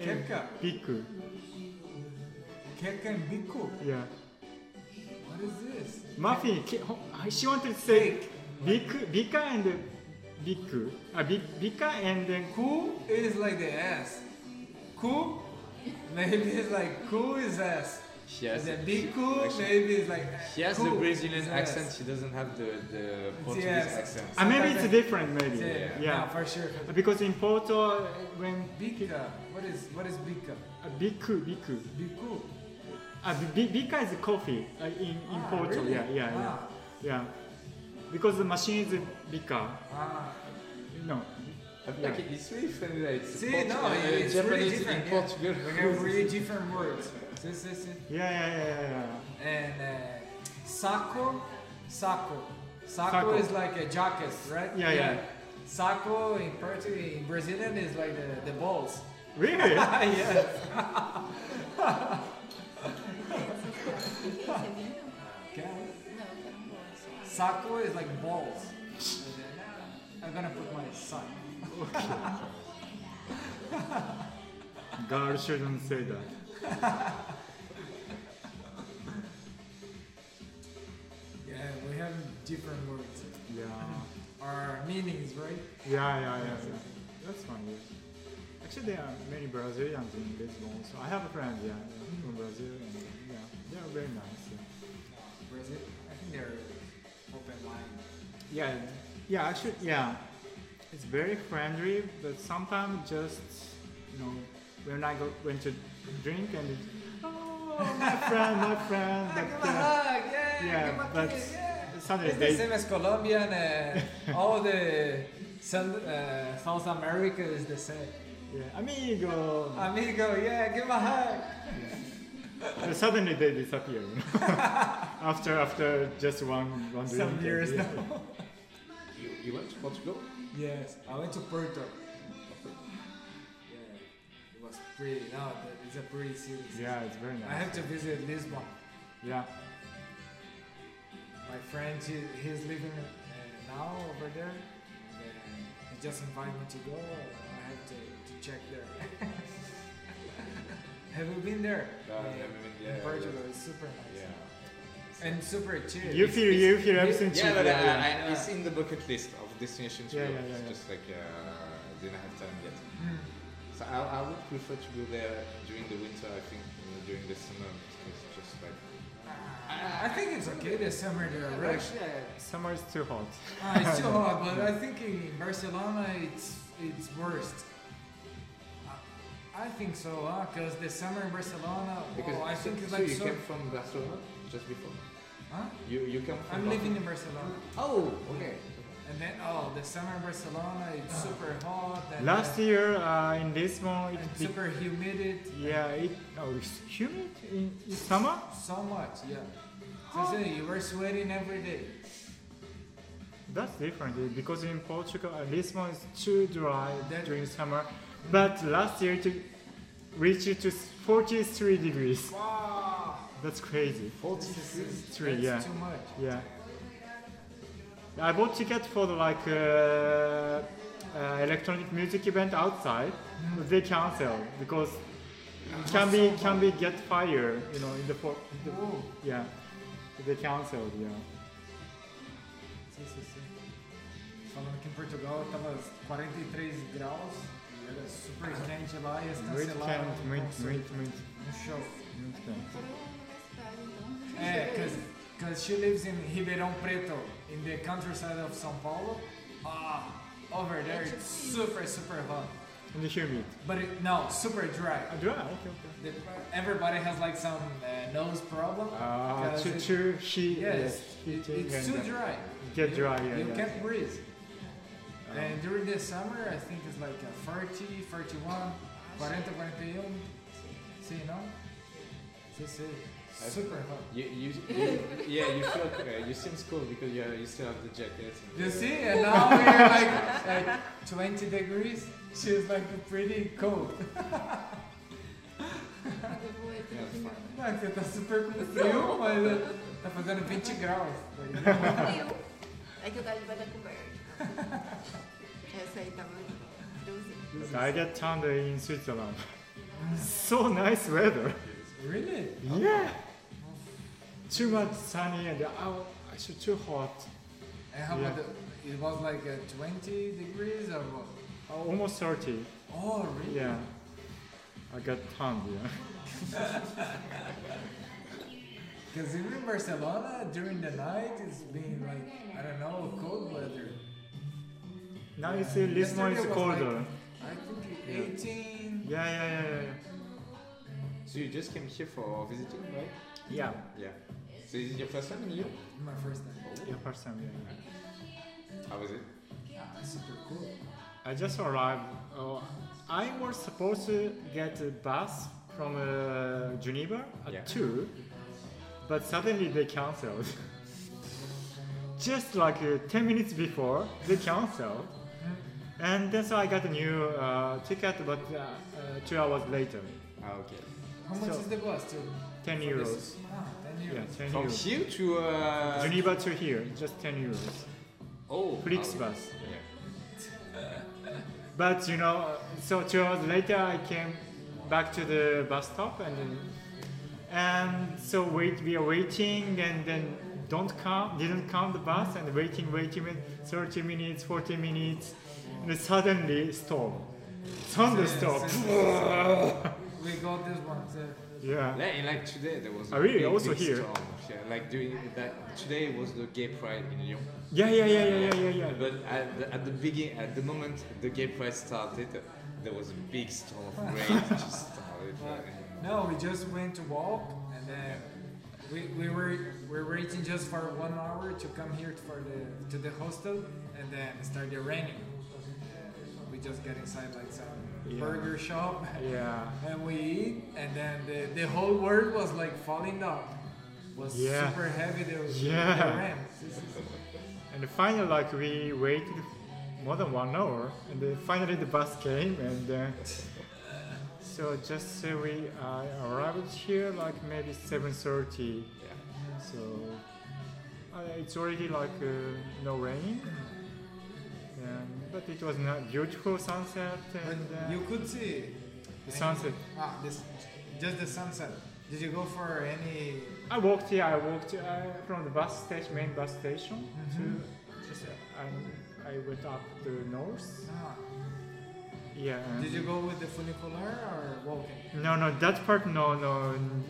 S2: and
S3: Keka?
S2: Biku.
S3: Keka and Biku.
S2: Yeah.
S3: What is this?
S2: Muffin. Ke, ho- she wanted to say Biku, Bika and uh, Biku. Uh, Bi- Bika and then
S3: Ku is like the ass. Ku, maybe it's like Ku is ass.
S4: She
S3: And
S4: has,
S3: then
S4: she,
S3: Biku,
S4: actually-
S3: maybe it's like.
S4: she has
S3: ku
S4: the Brazilian
S3: is
S4: accent,
S3: ass.
S4: she doesn't have the, the Portuguese
S3: Yes.
S4: accent.
S2: Uh, maybe it's different, maybe.
S3: Yeah,
S2: Yeah.
S3: yeah, for sure.
S2: Because in Porto, uh, when
S3: Bika. What is what is Bika?
S2: uh, Biku, Biku.
S3: Biku.
S2: Uh, Bi- Bi- Bika is coffee uh, in, in
S3: Ah,
S2: Porto.
S3: really?
S2: Yeah, yeah, yeah.
S3: Ah,
S2: Yeah. Because the machine is Bika.
S3: ah.
S2: No.
S4: Like, it's really funny that it's
S3: See,
S4: Portu-
S3: no,
S4: uh,
S3: it's really
S4: Japanese
S3: different,
S4: in
S3: yeah.
S4: Portugal.
S3: We have really different words. See, see, see.
S2: Yeah, yeah, yeah, yeah. yeah.
S3: And uh, Sako, Sako. Sako,
S2: Saco.
S3: is like a jacket, right?
S2: Yeah, yeah.
S3: Sako in Portuguese, in Brazilian is like the, the
S2: [LAUGHS]
S3: balls.
S2: Really?
S3: [LAUGHS] yes.
S10: Você viu?
S3: Okay.
S10: né? Não, eu quero um bolso.
S3: Saco is like balls. I'm gonna put my sock.
S2: Girl shouldn't say that.
S3: Yeah, we have different words.
S2: Yeah.
S3: Our meanings, right?
S2: Yeah, yeah, yeah. yeah. That's funny. Yeah. Actually, there are many Brazilians in Lisbon. So I have a friend, yeah, yeah, from Brazil. And, yeah, they are very nice. Yeah.
S3: Brazil, I think they're open mind.
S2: Yeah, yeah, actually, yeah. It's very friendly, but sometimes just, you know, when I go, when to drink and it's, oh, my friend, my
S3: [LAUGHS]
S2: friend.
S3: Ah, give
S2: But, uh,
S3: a hug, yeah,
S2: yeah,
S3: give a
S2: but
S3: kiss, yeah.
S2: suddenly
S3: It's the
S2: they,
S3: same as Colombia [LAUGHS] and uh, all the South, uh, South America is the same.
S2: yeah, amigo.
S3: Amigo, yeah, give a hug.
S2: But suddenly they disappear. you know. [LAUGHS] after after just one one drink.
S3: Some years
S2: yeah.
S3: now.
S4: [LAUGHS] You, you went to Portugal?
S3: Yes, I went to Puerto. Yeah, it was pretty. No, that- it's a pretty city.
S2: Yeah, it's very
S3: I
S2: nice.
S3: have to visit Lisbon.
S2: Yeah,
S3: My friend, he, he's living uh, now over there. And he just invited me to go. I have to, to check there. [LAUGHS] have you been there?
S4: No, I've
S3: Yeah,
S4: never been there.
S3: in Portugal, it's super
S4: Yeah.
S3: nice. And super cheap.
S2: you feel you feel
S3: it's-
S2: absent.
S4: Yeah, but uh,
S2: yeah.
S4: I, I, it's in the bucket list of destinations.
S2: Yeah,
S4: to go.
S2: yeah, yeah,
S4: It's
S2: yeah.
S4: just like uh, I didn't have time yet.
S3: Mm.
S4: So I, I would prefer to go there during the winter. I think than during the summer because it's just like
S3: I, I think it's okay this summer there, right?
S2: Summer is too hot.
S3: Ah,
S4: [LAUGHS]
S3: it's too hot, but I think in Barcelona it's it's worst. I- I think so, huh? Because the summer in Barcelona,
S4: because
S3: oh, I
S4: so-
S3: think it's
S4: so
S3: like
S4: you
S3: so.
S4: came from Barcelona just before.
S3: Huh?
S4: You you come from.
S3: I'm living in Barcelona,
S4: Oh, okay.
S3: and then oh, the summer in Barcelona it's
S4: Ah.
S3: super hot. And
S2: Last
S3: uh,
S2: year uh, in Lisbon,
S3: and
S2: it be-
S3: super humid.
S2: Yeah, it, oh, it's humid in, in summer.
S3: So much, yeah. So, so you were sweating every day.
S2: That's different eh, because in Portugal, uh, Lisbon is too dry
S3: That-
S2: during summer. But last year, to reach it to 43 degrees.
S3: Wow,
S2: That's crazy.
S3: this is
S2: Three,
S3: that's
S2: yeah.
S3: too much.
S2: Yeah. I bought ticket for the, like uh, uh, electronic music event outside,
S4: [LAUGHS]
S2: but they cancel because it can be can be get fire, you know, in the, for- the
S3: Oh,
S2: yeah, they canceled. Yeah.
S3: Sim, sim, sim. Falando que em Portugal tava 43 graus e era super quente lá e eles
S2: Muito
S3: cancelaram
S2: quente,
S3: um
S2: muito,
S3: concerto,
S2: muito, muito,
S3: um show.
S2: muito quente.
S10: Por um lugar, então.
S3: É, because she lives in Ribeirão Preto, in the countryside of São Paulo. Ah, over there it's super, super hot.
S2: And the humid.
S3: But it, no, super dry.
S2: Ah, dry, okay, okay.
S3: The, everybody has like some uh, nose problem.
S2: Ah,
S3: because
S2: too,
S3: it-
S2: too heat.
S3: Yes,
S2: heat
S3: it, it's too
S2: and, uh,
S3: dry.
S2: Get
S3: You-
S2: dry, yeah.
S3: You
S2: yeah. Uh-huh.
S3: can't breathe. And during the summer, I think it's like a 40, 41, 40, 41. See, no? See, This is super hot.
S4: You, you, you yeah, you feel uh, you seem cool because you, you still have the jacket.
S3: You see, and now we're like, like 20 degrees. She's like pretty [LAUGHS] cold.
S10: Eu vou
S4: Yeah, it's fine.
S3: Não, você tá
S2: [LAUGHS]
S3: super com frio, mas eh, tá fazendo 20 graus.
S10: É que o galho vai dar coberto. Essa aí tava friozinha.
S2: I got tanned in Switzerland.
S3: Mm.
S2: [LAUGHS] so nice weather.
S3: Really?
S2: Yeah. Too much sunny and oh, actually too hot.
S3: And how about
S2: Yeah.
S3: the, it was like uh, 20 degrees or what?
S2: Uh, Almost 30.
S3: Oh, really?
S2: Yeah. I got tanned, yeah.
S3: Because even in Barcelona, during the night, it's been like, I don't know, cold weather.
S2: Now you see Lisbon is
S3: Yesterday was
S2: colder.
S3: I think
S2: Yeah.
S3: 18.
S2: Yeah, yeah, yeah, yeah,
S4: So you just came here for visiting, right?
S2: yeah.
S4: Yeah. So is it your first time in Europe?
S3: My first time.
S2: Yeah, yeah, first time, yeah.
S4: How was it?
S3: Ah, super cool.
S2: I just arrived. Oh, I was supposed to get a bus from uh, Geneva at
S4: Yeah.
S2: 2, but suddenly they cancelled. [LAUGHS] just like uh, 10 minutes before, they cancelled. And then so I got a new uh, ticket, but uh, uh, two hours later.
S4: Ah, okay.
S3: How much
S2: So-
S3: is the bus to?
S2: 10 euros.
S3: Ah, 10
S2: Yeah,
S3: euros.
S2: 10
S4: From
S2: euros.
S4: here to uh,
S2: Geneva to here, just 10 euros.
S4: Oh, ah,
S2: Flixbus.
S4: okay. Yeah.
S2: But you know, so two hours later, I came back to the bus stop and then, and so wait, we are waiting and then don't come, didn't come the bus and waiting, waiting, wait, 30 minutes, 40 minutes, and then suddenly storm, thunderstorm.
S3: Yes, yes, We got this one. So
S2: yeah.
S4: Like, and like today there was. a
S2: Ah, really?
S4: big,
S2: Also
S4: big
S2: here?
S4: storm. Yeah, like during that today was the gay pride in Lyon.
S2: yeah, yeah, yeah, yeah, yeah, yeah, yeah.
S4: But at the, at the beginning, at the moment the gay pride started, there was a big storm of rain
S2: [LAUGHS]
S4: that just started. and-
S3: no, we just went to walk, and then we, we were we were waiting just for one hour to come here for the to the hostel, and then it started raining. We just got inside like some
S2: Yeah.
S3: burger shop,
S2: Yeah.
S3: and we eat, and then the, the whole world was like falling down. Was
S2: Yeah.
S3: super heavy. The,
S2: Yeah.
S3: the rain.
S2: And finally, like we waited more than one hour, and then finally the bus came, and uh, so just uh, we I arrived here like maybe 7:30.
S4: Yeah.
S2: So uh, it's already like uh, no rain, um, but it was a beautiful sunset
S3: But
S2: and uh,
S3: you could see
S2: the sunset.
S3: Ah, this just the sunset. Did you go for any?
S2: I walked here. I walked uh, from the bus station, main bus station, Mm-hmm.
S3: Mhm.
S2: to just uh, and I went up the north.
S3: Ah,
S2: Yeah. and-
S3: did you go with the funicular or walking?
S2: No, no, that part, no, no,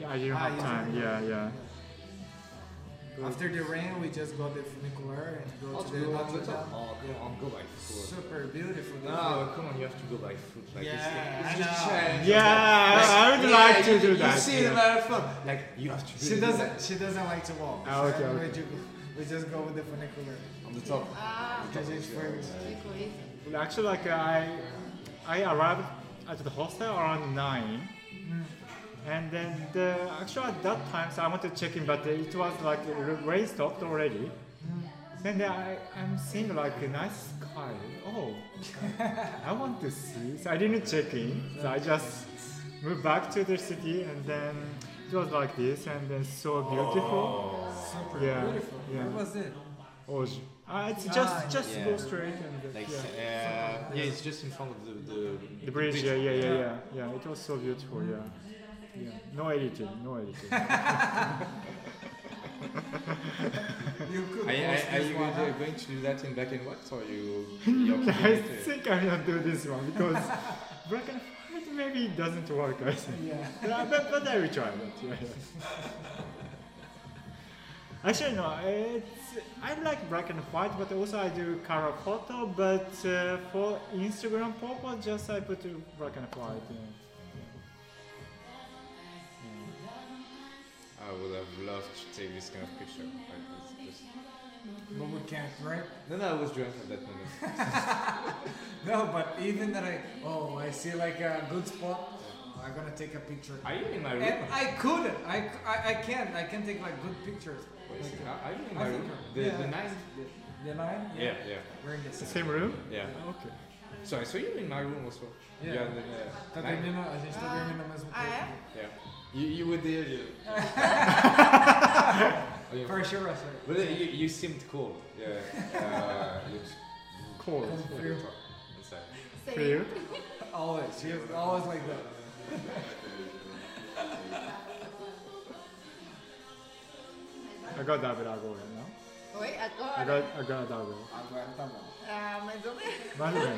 S2: I didn't
S3: Ah,
S2: have
S3: you
S2: time.
S3: didn't.
S2: Yeah, yeah. But-
S3: After the rain, we just got the funicular and go
S4: Oh,
S3: to
S4: to
S3: the
S4: go on
S3: Notre
S4: the top?
S3: Dame.
S4: Oh, come on, go by foot.
S3: Super beautiful. the
S4: No, come on, you have to go by foot. Like
S3: Yeah,
S4: it's,
S3: I
S4: it's just
S3: know.
S4: challenge.
S2: yeah, I I would like to
S4: you-
S2: do
S4: you
S2: that.
S4: see
S2: yeah.
S4: the marathon, like you have to.
S3: view. She
S4: really do
S3: doesn't. She doesn't like to walk.
S2: Ah, okay, okay.
S3: so We, ju- we just go with the funicular.
S4: that. on the top.
S10: Ah,
S3: Because it's for
S10: que coisa.
S2: Well, Actually, like I, I arrived at the hostel around nine, and then the, actually at that time, so I wanted to check in, but it was like r- rain stopped already. Then I, I'm seeing like a nice sky. [LAUGHS] Oh, I want to see. So I didn't check in. So I just moved back to the city, and then it was like this, and then so beautiful.
S3: super
S2: Yeah,
S3: beautiful.
S2: yeah.
S3: Where was it?
S2: Oh, uh, it's
S3: Ah,
S2: just just
S4: yeah.
S2: go straight and uh,
S4: Like,
S2: yeah.
S4: uh, yeah, it's just in front of the the,
S2: The bridge, yeah, yeah, yeah, yeah, yeah. It was so beautiful, yeah. yeah. No editing, no editing.
S3: [LAUGHS] You could.
S4: Are, you-
S3: post
S4: are, are
S3: this
S4: you
S3: one
S4: going to,
S3: up.
S4: going to do that in black and white, or you? you're keeping
S2: I
S4: it, uh,
S2: think I'm gonna do this one [LAUGHS] because black and white maybe it doesn't work. I think.
S3: Yeah.
S2: But, uh, but, but I will try that. Yeah, yeah. [LAUGHS] Actually, no. It's I like black and white, but also I do color photo. But uh, for Instagram purpose, just I put uh, black and white. Yeah.
S4: I would have loved to take this kind of picture. Like, it's just...
S3: But we can't, right?
S4: No, no, I was drunk at that [LAUGHS] moment.
S3: No, but even that I oh I see like a good spot, I I'm gonna take a picture.
S11: Are you in my room?
S3: And I couldn't. I, c- I, I can't. I can take like good pictures.
S4: Wait,
S3: Like,
S4: are- Are you in
S3: I
S4: my
S3: think-
S4: room? The,
S3: yeah.
S4: the night?
S3: the- the line?
S4: Yeah, yeah,
S3: We're in the same.
S2: Same room?
S4: yeah.
S2: Okay.
S4: So I saw you in my room also.
S3: Yeah.
S4: Yeah. the- the
S3: Tá
S4: night.
S3: dormindo, a gente tá dormindo no mesmo
S10: Ah,
S3: quarto.
S10: é?
S4: Yeah. You, you were there. [LAUGHS] You, Oh, yeah.
S10: ¿eh?
S3: For sure, sir.
S4: But uh, you, you seemed cool. Yeah. Uh, you just
S2: Cool.
S4: very talk inside.
S10: Same.
S2: For you?
S3: Always. She was always like that.
S2: I got that with alcohol, you know?
S10: Oi,
S2: I
S10: agora?
S2: got, I got that with
S3: Agora tá bom.
S10: Ah, mais ou menos.
S2: By the way,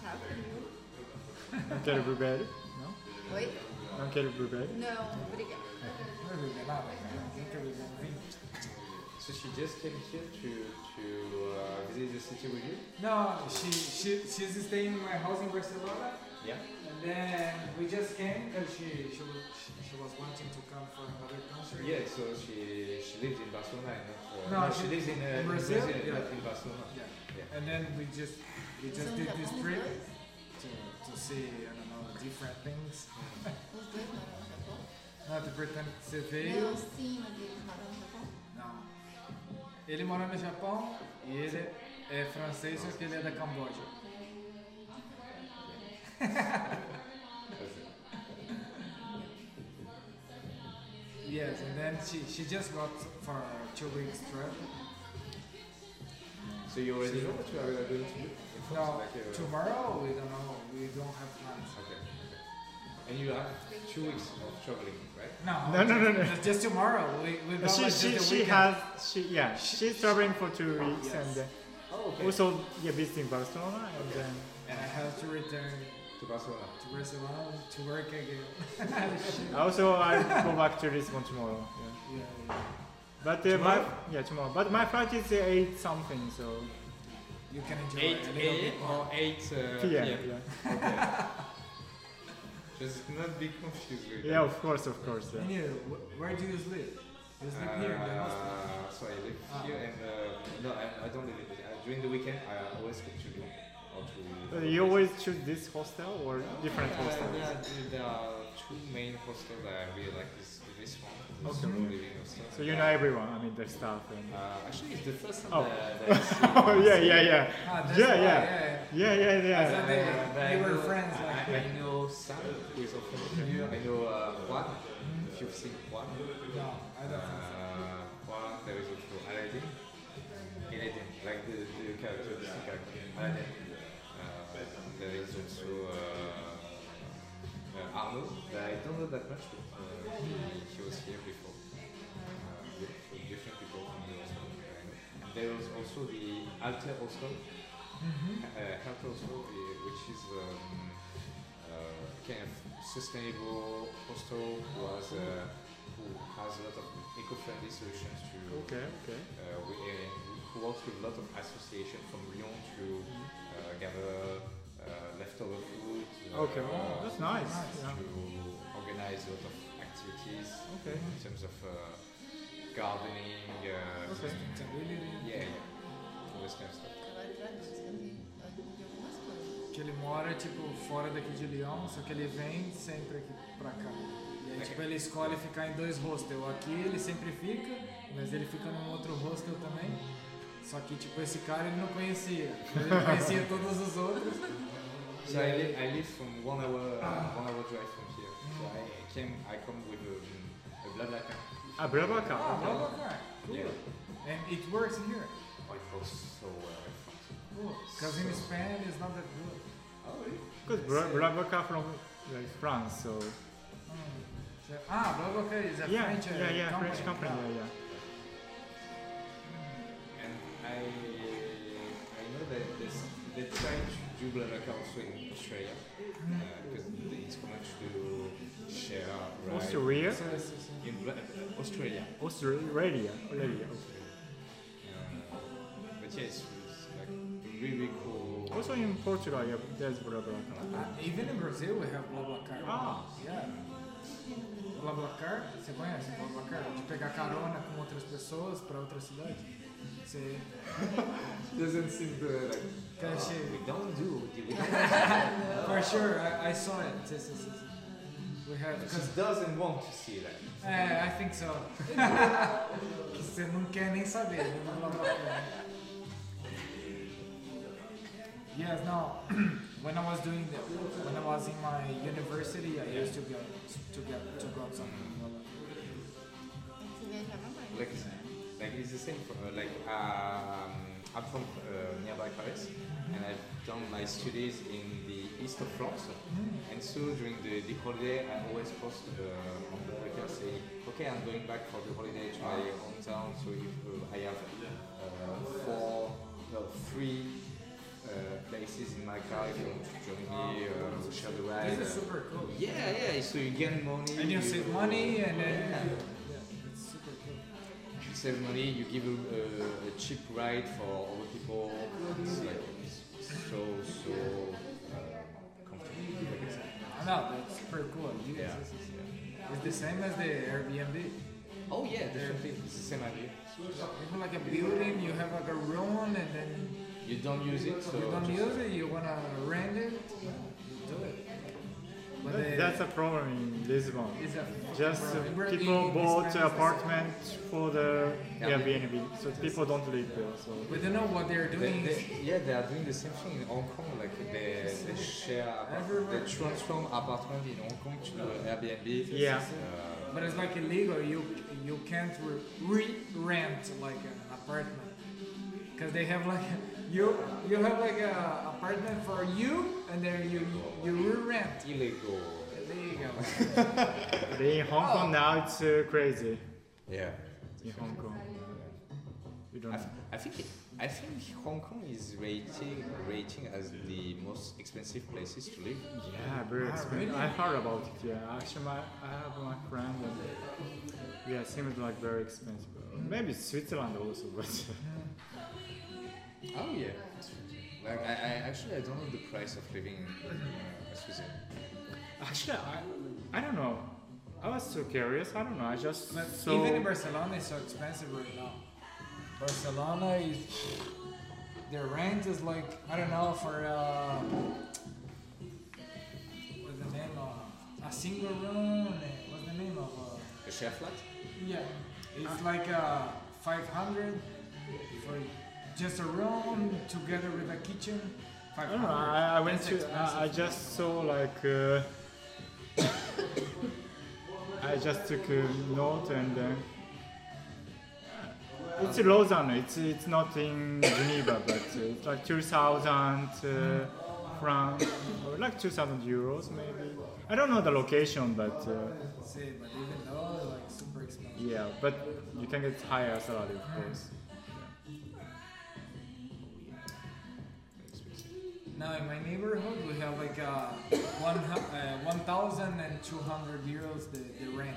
S10: Tá frio.
S2: não quero blueberry? Não?
S10: Oi?
S2: Não quero blueberry?
S10: Não, obrigada.
S3: Não é beber nada, cara. Quem quer beber um vinho?
S4: So she just came here to to uh, visit the city with you.
S3: No, she, she, she's staying in my house in Barcelona.
S4: Yeah.
S3: And then we just came because she, she, was, she, she was wanting to come for another concert.
S4: Yeah. So she she lives in Barcelona. and Not, uh,
S3: No,
S4: she
S3: she-
S4: lives in, uh, in
S3: Brazil? Yeah.
S4: not in Barcelona.
S3: Yeah. And then we just we just
S10: São
S3: did
S10: já
S3: this
S10: os
S3: trip
S10: dois?
S3: to, to see I don't know different things.
S10: Os dois tá moram no Japão?
S3: Not to pretend que você
S10: Não,
S3: veio.
S10: sim, mas eles moram no Japão.
S3: Não. Ele mora no Japão e ele é francês, só que ele é da Camboja. Yes, and then she, she just got for a two weeks trip.
S4: So you already know what you are going to do. in France,
S3: No,
S4: like, uh,
S3: tomorrow we don't know. We don't have plans.
S4: Okay. And you have two weeks of traveling, right?
S3: No,
S2: No, no, no, no.
S3: Just, just tomorrow. We we got
S2: She,
S3: like just
S2: she,
S3: a
S2: she
S3: weekend.
S2: has, she, yeah, she's traveling for two weeks
S3: Yes.
S2: and
S4: Oh,
S2: uh, also, yeah, visiting Barcelona and then,
S3: and I have to return
S4: To Barcelona.
S3: to Barcelona to work again. [LAUGHS]
S2: also I go back to Lisbon tomorrow. Yeah.
S3: yeah, yeah.
S2: But uh, my, yeah, tomorrow. But my flight is uh, 8 something, so,
S3: You can enjoy
S4: Eight
S3: a little
S4: a.m.
S3: bit
S4: or
S3: more.
S4: eight uh,
S2: PM,
S4: PM.
S2: yeah.
S4: Okay. Just not be confused with.
S2: Yeah, of course, of course, yeah.
S3: And you, wh- where do you sleep? You sleep here in the hospital.
S4: Uh, so I live
S3: Ah.
S4: here and uh, no, I, I don't live here. Uh, during the weekend, I always go to Lyon or to.
S2: Uh, you always choose this hostel or different
S4: Yeah,
S2: hostel?
S4: yeah, there- there are two main hostels that I really like. This this one, this
S2: Okay.
S4: living hostel.
S2: So you know everyone, I mean the staff and...
S4: Uh, actually, it's the first time
S2: Oh. [LAUGHS]
S4: that, that I see.
S2: Oh, yeah, yeah, yeah.
S3: Ah, that's
S2: Yeah,
S3: why,
S2: yeah.
S3: yeah.
S2: Yeah, yeah,
S3: So
S2: yeah.
S3: they,
S4: Uh, but
S3: they
S4: I
S3: were
S4: know-
S3: friends
S4: I,
S3: like
S4: I- I know Sam, who is often here. I know uh, Juan, if you've seen Juan.
S3: No, I don't think so.
S4: Uh, Juan, there is also Aladdin. Aladdin, like uh, the, the character, the same character. Aladdin. Uh, there is also uh, uh, Arnaud, that I don't know that much, but uh, he, he was here before. Uh, with, with different people from the hostel. that I know. And there was also the Alter Hostel
S2: Mm-hmm.
S4: uh, health also, uh, which is um, uh, kind of sustainable hostel who has, uh, who has a lot of eco-friendly solutions to
S2: Okay, okay.
S4: uh, we, uh, who works with a lot of associations from Lyon to uh, gather uh, leftover food. Uh,
S2: Okay, well, that's nice.
S4: To
S2: Yeah.
S4: organize a lot of activities
S2: Okay.
S4: in terms of uh, gardening, uh,
S2: Okay.
S3: Stability,
S4: yeah, yeah, all this kind of stuff.
S10: Agora traduz, que eu vi de algumas coisas.
S3: Que ele mora, tipo, fora daqui de Lyon, só que ele vem sempre aqui pra cá. E aí, tipo, ele escolhe ficar em dois hostels. Aqui ele sempre fica, mas ele fica num outro hostel também. Só que, tipo, esse cara ele não conhecia. Ele conhecia todos os outros.
S4: So I live, I live from one hour, uh, one hour drive from here. So I came, I come with a, a Blablacar.
S2: Ah, Blablacar.
S3: Ah,
S2: okay.
S3: blah, blah, cool.
S4: Yeah.
S3: And it works here.
S4: Oh, it goes so uh, well in France.
S3: Because in Spain it's not that good.
S4: Oh, really?
S2: Because Bra- Blablacar from like, France, so
S3: Mm. So, ah, Blablacar is a
S2: yeah,
S3: French uh,
S2: yeah, yeah,
S3: company.
S2: French company,
S3: Yeah.
S2: yeah,
S4: And I, I know that this, they try to do Blablacar also in Australia because it's common to share.
S2: yeah.
S4: Ride.
S2: Austria,
S3: So, so, so.
S4: In Bla- uh, Australia.
S2: Australia, Australia, okay.
S4: Uh, but yeah, it's, it's like really cool.
S2: Also in Portugal, yeah, there's Blablacar.
S3: Ah, even in Brazil we have Blablacar.
S2: Ah.
S3: Yeah.
S4: Uh,
S3: Blablacar, você conhece Blablacar? De pegar carona com outras pessoas para outra cidade. Sí.
S4: [LAUGHS] Doesn't seem to like.
S3: Caché.
S4: We don't do. We
S3: [LAUGHS]
S4: don't
S3: For sure, I, I saw it. Sí, sí, sí, sí. We have.
S4: She doesn't want to see that.
S3: Eh, I think
S4: [LAUGHS]
S3: so. que você não quer nem saber. não vou lavar a cara. Yes, no. [CLEARS THROAT] when I was doing that, when I was in my university, I used to go to get to go something.
S10: Tinha já uma mãe.
S4: Like, like it's the same. For, uh, like um, I'm from uh, nearby Paris, and I've done my studies in the east of France. And so during the, the holiday, I always post uh, on the Twitter saying, "Okay, I'm going back for the holiday to my hometown. So if uh, I have uh, four, no, three uh, places in my car, if you want to join me, uh, to share the ride."
S3: This is
S4: uh,
S3: super cool.
S4: yeah, yeah. So you gain money.
S3: And you save money and then.
S4: Yeah.
S3: Yeah, it's super cool.
S4: You save money, you give a, a, a cheap ride for other people. It's like it's so so uh, comfortable. I guess.
S3: I know, that's super cool. Yes,
S4: Yeah.
S3: yes, yes, yes. It's the same as the Airbnb.
S4: Oh yeah, definitely. It's the same idea.
S3: You have like a building, you have like a room, and then
S4: You don't use it, so
S3: you don't
S4: just-
S3: use it, you wanna rent it, you do it. But
S2: That-
S3: the-
S2: That's a problem in Lisbon.
S3: it's a
S2: Just uh,
S3: We're in-
S2: people
S3: in
S2: bought
S3: Spain, it's the
S2: apartment for the
S4: Yeah.
S2: Airbnb, so people don't live there. So
S3: same. We don't know what they're
S4: They,
S3: doing.
S4: they, yeah, they are doing the same thing in Hong Kong. Like they, they share, apart- they
S3: Everywhere.
S4: transform apartment in Hong Kong to Airbnb.
S2: Yeah.
S4: Uh,
S3: But it's like illegal. You you can't re- re-rent like an apartment because they have like [LAUGHS] you you have like a apartment for you, and then you you re-rent.
S4: illegal.
S3: There you go.
S2: But in Hong Kong
S3: Oh.
S2: now it's uh, crazy.
S4: Yeah.
S2: In Hong Kong, you don't.
S4: I, th- I think it, I think Hong Kong is rating rating as the most expensive places to live.
S2: Yeah, very
S3: Ah,
S2: expensive. I heard about it. Yeah, actually, my, I have my friend. And, yeah, seems like very expensive. Maybe Switzerland also, [LAUGHS] but
S4: Oh yeah. Like I, I actually I don't know the price of living in uh, Switzerland.
S2: actually, I, I don't know. I was so curious. I don't know. I just
S3: But
S2: so
S3: even in Barcelona is so expensive right now. Barcelona is the rent is like I don't know for uh, what's the name of a single room? uh, What's the name of? Uh,
S4: A share flat?
S3: yeah, it's like uh, 500 for just a room together with a kitchen.
S2: I
S3: 500.
S2: don't know. I, I went
S3: That's
S2: to.
S3: expensive.
S2: I, I just saw like. Uh, [COUGHS] I just took a note and. Uh, it's in Lausanne. It's it's not in Geneva, but uh, it's like two thousand uh, francs, or like two thousand euros maybe. I don't know the location, but uh,
S3: See, but even though it's like super expensive.
S2: yeah, but you can get higher salary of course.
S3: Now in my neighborhood we have like uh, one hu- uh, 1,200 euros the, the rent.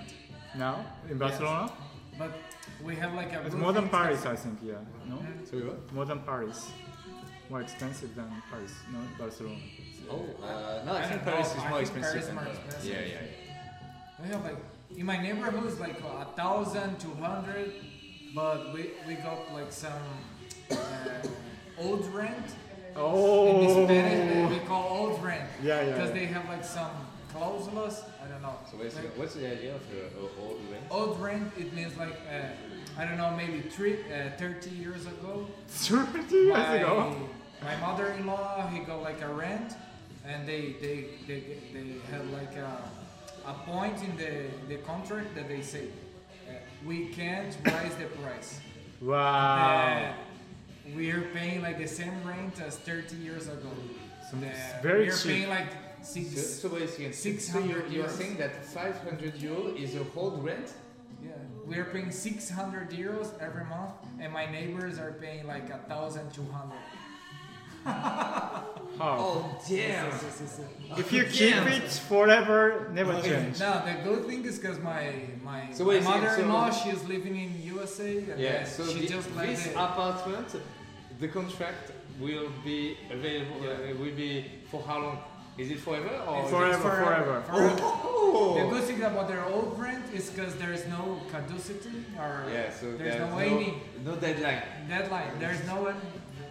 S2: Now in
S3: Yes.
S2: Barcelona,
S3: But we have like a.
S2: it's more than
S3: roofing
S2: Paris, I
S3: system.
S2: think. Yeah, no.
S4: So what?
S2: More than Paris. More expensive than Paris, no Barcelona.
S4: Oh uh, no, I,
S3: I
S4: think
S3: don't
S4: Paris
S3: know.
S4: is
S3: I
S4: more
S3: think
S4: expensive.
S3: Paris is
S4: than,
S3: more
S4: uh,
S3: expensive.
S4: Yeah, yeah, yeah.
S3: We have like in my neighborhood it's like a thousand two hundred, but we we got like some uh, old rent.
S2: Oh.
S3: In Spanish we call old rent.
S2: Yeah, yeah,
S3: Because
S2: yeah.
S3: they have like some clausulas. I don't know.
S4: So what's the,
S3: Like,
S4: what's the idea of uh, old rent?
S3: Old rent, it means like, uh, I don't know, maybe three, uh, 30 years ago.
S2: 30 years ago.
S3: My mother-in-law, he got like a rent, and they they they, they had like a, a point in the, the contract that they say uh, we can't raise the price.
S2: Wow.
S3: Uh, we're paying like the same rent as 30 years ago.
S2: So
S3: Uh,
S2: it's very
S3: we're
S2: cheap.
S3: paying like
S4: So,
S3: six.
S4: so basically, so
S3: 600
S4: you're, you're
S3: euros.
S4: saying that 500 euro is a whole rent?
S3: Yeah, we're paying 600 euros every month, and my neighbors are paying like 1,200.
S2: How?
S4: Oh damn!
S3: Yes, yes, yes, yes.
S4: Oh,
S2: if you keep it forever, never change.
S3: No, the good thing is because my my,
S4: So
S3: my
S4: wait a second,
S3: mother-in-law
S4: so-
S3: she is living in USA and
S4: Yeah,
S3: uh,
S4: so
S3: she
S4: the-
S3: just like
S4: this
S3: the-
S4: apartment, the contract will be available. Uh, will be for how long?
S9: Is it forever Oh. or?
S2: Forever, forever.
S4: [LAUGHS]
S3: The good thing about their old brand is because there is no caducity or
S9: Yeah, so
S3: there's
S9: there's
S3: no any
S9: no deadline.
S3: deadline. There's no end,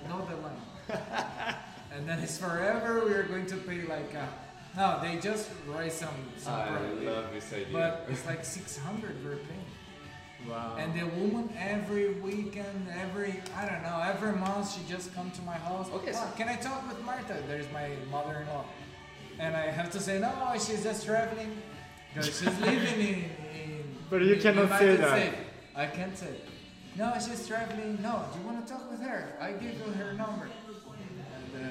S3: no deadline.
S9: [LAUGHS]
S3: and then it's forever. We're going to pay like uh, no, they just write some some
S9: I
S3: price.
S9: love this idea.
S3: but it's like 600 we're paying.
S2: Wow.
S3: And the woman every weekend, every I don't know, every month she just come to my house.
S9: Okay, so-
S3: "Oh, can I talk with Martha? There's my mother-in-law, and I have to say no. She's just traveling because
S2: [LAUGHS]
S3: she's living in. in
S2: But you
S3: in
S2: cannot say
S3: United
S2: that.
S3: States. I can't say. No, she's traveling. No, do you want to talk with her? I give you her number. And uh,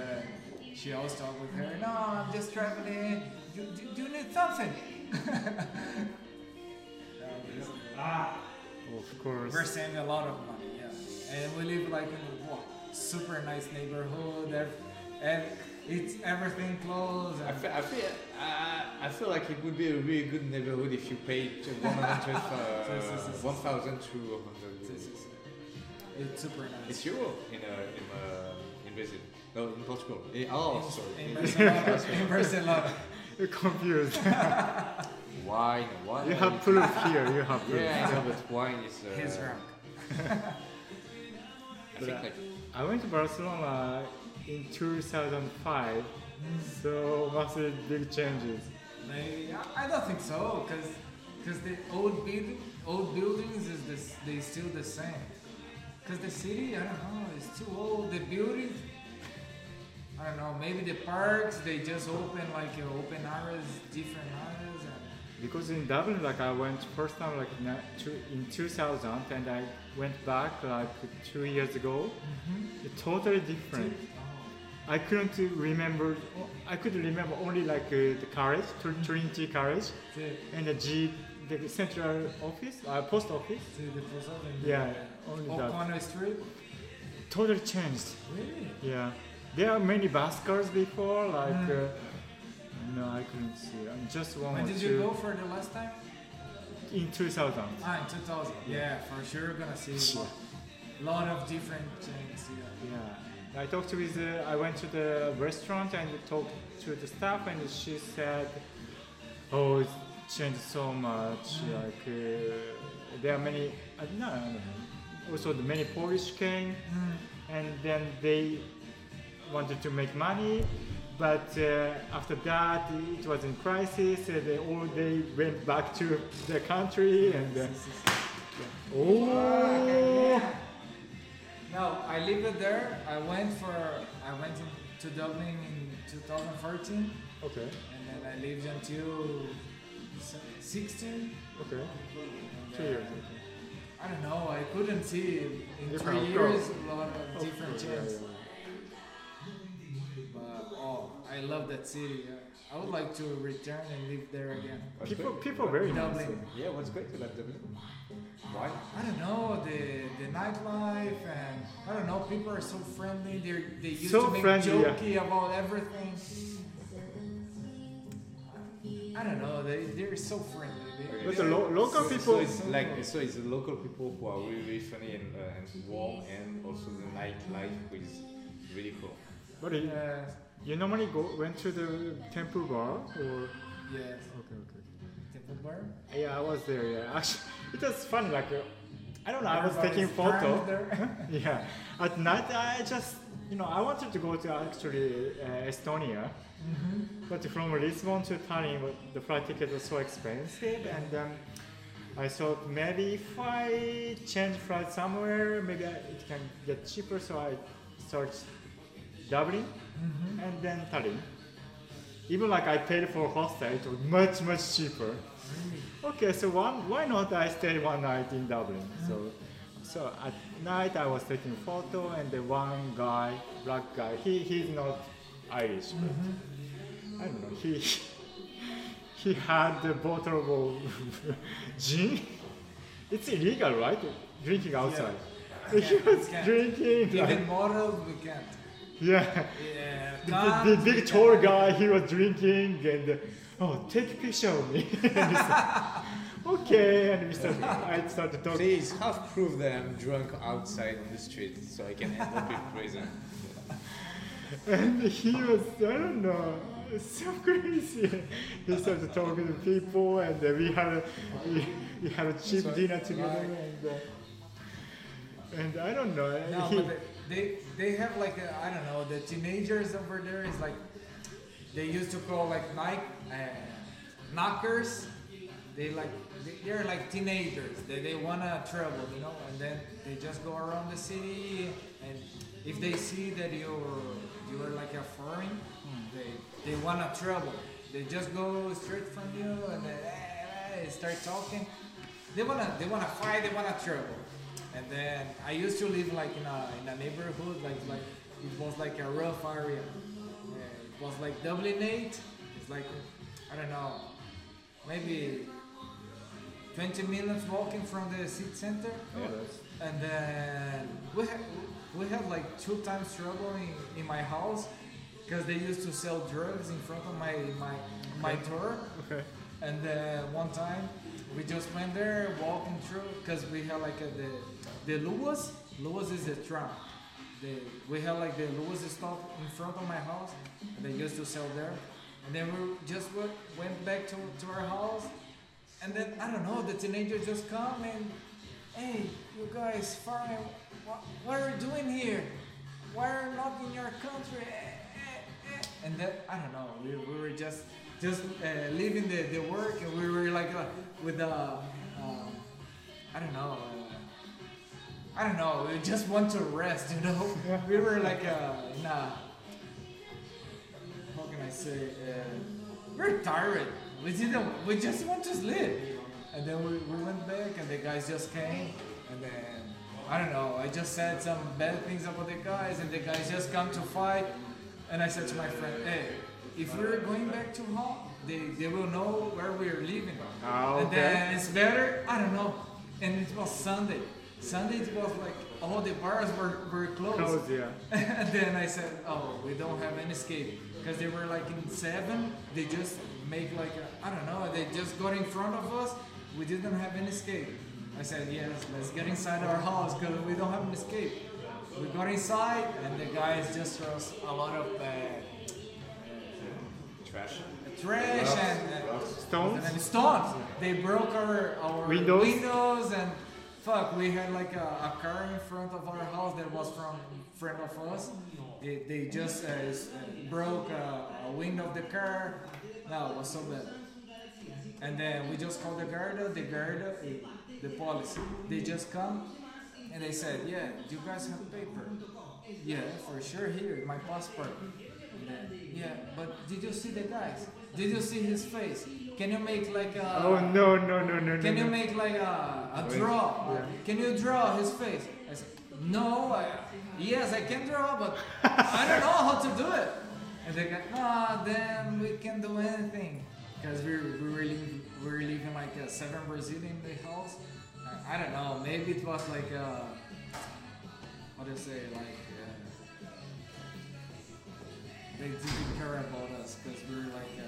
S3: she always talk with her. No, I'm just traveling. Do, do, do you need something? [LAUGHS]
S2: Ah, of course.
S3: We're saving a lot of money, yeah. And we live like in a wow, super nice neighborhood. ev- ev- it's everything close.
S9: I
S3: And
S9: feel, I, feel, I, I feel like it would be a really good neighborhood if you paid 100,
S3: Yes, yes,
S9: uh,
S3: yes.
S9: 1,200
S3: it's,
S9: euros.
S3: it's- it's super nice.
S9: It's euro in, uh, in, uh, in Brazil. No, in Portugal. Eh, oh, sorry.
S3: In
S9: In- [LAUGHS]
S3: Barcelona, in Barcelona.
S2: You're confused.
S9: Wine, wine.
S2: you
S9: wine
S2: have
S9: is-
S2: proof here. You have proof.
S9: Yeah, I know, but wine is. Uh,
S3: He's wrong.
S9: I think like
S2: I went to Barcelona in 2005, so massive big changes.
S3: They, I, I don't think so, cause, 'cause the old building, old buildings is this, they still the same. Cause the city, I don't know, it's too old. The buildings, I don't know. Maybe the parks, they just open like uh, open areas, different areas, and
S2: Because in Dublin, like I went first time like in, a- two, in 2000, and I went back like two years ago.
S3: Mm-hmm.
S2: It's totally different. I couldn't remember. I could remember only like uh, the carriage, Tr-
S3: Mm-hmm.
S2: Trinity carriage,
S3: the,
S2: and the jeep, the central office, uh, post office.
S3: to the plaza.
S2: Yeah, only that.
S3: O'Connor Street.
S2: Totally changed.
S3: Really?
S2: Yeah, there are many buskers before. Like, uh, no, I couldn't see. uh, Just one
S3: Mm. When
S2: or
S3: did
S2: two
S3: you go for the last time?
S2: in 2000.
S3: Ah, in 2000. Yeah, for sure you're gonna see a lot, lot of different things. Yeah.
S2: Yeah, I talked with. Uh, I went to the restaurant and talked to the staff, and she said, "Oh, it's changed so much. Like, uh, there are many. uh, I don't know. I don't know. Also, the many Polish came, and then they wanted to make money." But uh, after that, it was in crisis. and they all they went back to their country, and uh, oh,
S3: No, I lived there. I went for I went in- to Dublin in 2014,
S2: okay,
S3: and then I lived until se- 16.
S2: okay,
S3: And,
S2: two
S3: uh,
S2: years.
S3: I don't know. I couldn't see in
S2: Different,
S3: three
S2: of
S3: years
S2: course.
S3: a lot of
S2: Of
S3: different
S2: course, yeah,
S3: things.
S2: yeah.
S3: But oh, I love that city. I would like to return and live there again.
S9: what's
S2: People,
S9: great-
S2: people are very nice.
S3: Dublin.
S9: Yeah, what's great about Dublin? Wine.
S3: I don't know the the nightlife and I don't know people are so friendly. They they used
S2: So
S3: to make
S2: friendly, yeah.
S3: jokey about everything. I don't know. They they're so friendly. They,
S2: But the lo- local
S9: so,
S2: people,
S9: So it's like so it's the local people who are really, really funny and, uh, and warm, and also the nightlife is really cool.
S2: but you,
S3: uh,
S2: you normally go went to the temple bar or
S3: yes.
S2: okay, okay.
S3: Temple bar.
S2: Yeah, I was there. Yeah, [LAUGHS] actually, it was fun. Like, uh, I don't know. I was taking
S3: Everybody's drunk
S2: photo.
S3: there.
S2: [LAUGHS]
S3: [LAUGHS]
S2: Yeah, at night I just you know I wanted to go to actually uh, Estonia, but from Lisbon to Tallinn, wa- the flight ticket was so expensive, and then I thought maybe if I change flight somewhere, maybe I, it can get cheaper. So I searched Dublin and then Tallinn. Even like I paid for hostel, it was much much cheaper. Okay, so one, why not I stay one night in Dublin? So, so at night I was taking photo and the one guy, black guy, he, he's not Irish, but I don't know, he, [LAUGHS] he had the bottle of [LAUGHS] gin. It's illegal, right? Drinking outside. [LAUGHS] He was
S3: yeah.
S2: drinking, like,
S3: Even models we can't.
S2: yeah.
S3: Yeah.
S2: The,
S3: cars,
S2: the, the
S3: we
S2: big
S3: can't.
S2: tall guy, he was drinking and uh, oh, take a picture of me. [LAUGHS] And he said, okay, and we started, I started talking.
S9: Please half prove that I'm drunk outside on the street,
S2: [LAUGHS]
S9: so I can end up in prison.
S2: And he was, I don't know, It's so [LAUGHS] crazy. He started talking to people, and uh, we had a, we, we had a cheap
S3: So-
S2: dinner together, and uh, and I don't know. uh,
S3: No,
S2: he-
S3: but they they have like a, I don't know the teenagers over there is like they used to call like Nike uh, knockers. They like they- they're like teenagers. They they wanna travel, you know, and then they just go around the city. And if they see that you're you are like a foreign, they they wanna travel. They just go straight from you and then, eh, eh, eh, start talking. They wanna they wanna fight. They wanna travel. And then I used to live like in a, in a neighborhood, like like it was like a rough area. Yeah, it was like Dublin 8. It's like I don't know, maybe 20 minutes walking from the city center.
S2: Oh,
S3: And then we had we had like two times trouble in, in my house because they used to sell drugs in front of my my my door.
S2: okay.
S3: And uh, one time, we just went there walking through because we had like a, the the Luas. Luas is a tram. The, we had like the Luas stop in front of my house. And they used to sell there. And then we just w- went back to, to our house. And then I don't know, the teenager just come and hey, you guys, foreign, what, what are you doing here? Why are you not in your country? Eh, eh, eh." And then I don't know, we, we were just just uh, leaving the, the work and we were like uh, with the um, I don't know. Uh, I don't know. We just want to rest, you know. we were like uh, in a how can I say? Uh, we're tired. We didn't. We just want to sleep. And then we, we went back, and the guys just came. And then I don't know. I just said some bad things about the guys, and the guys just come to fight. And I said to my friend, Hey, if we're going back to home, they, they will know where we're living.
S2: Ah,
S3: And
S2: okay.
S3: then it's better. I don't know. And it was Sunday. Sunday it was like all the bars were, were
S2: Close, yeah.
S3: and [LAUGHS] then I said, oh, we don't have any escape. Because they were like in seven, they just make like, a, I don't know, they just got in front of us. We didn't have any escape. I said, yes, let's get inside our house because we don't have an escape. We got inside and the guys just threw us a lot of uh,
S9: Trash.
S3: trash and, uh,
S2: Stones.
S3: and stones. They broke our, our
S2: Windows?
S3: windows and fuck, we had like a, a car in front of our house that was from friend of us. They, they just uh, s- uh, broke uh, a window of the car. No, it was so bad. And then we just called the Garda, the Garda, eh, the police. They just come and they said, yeah, you guys have paper. Yeah, for sure, here, my passport. And then, Yeah, but did you see the guys? Did you see his face? Can you make like a...
S2: Oh no no no no no.
S3: Can you
S2: no.
S3: make like a, a draw? Can you draw his face? I said, no, I, yes, I can draw, [LAUGHS] but I don't know how to do it. And they go, ah, then we can do anything. Because we, we, were living, we were living like a seven Brazilian in the house. I, I don't know, maybe it was like a, what do you say, like, uh, they didn't care about us because we were like uh,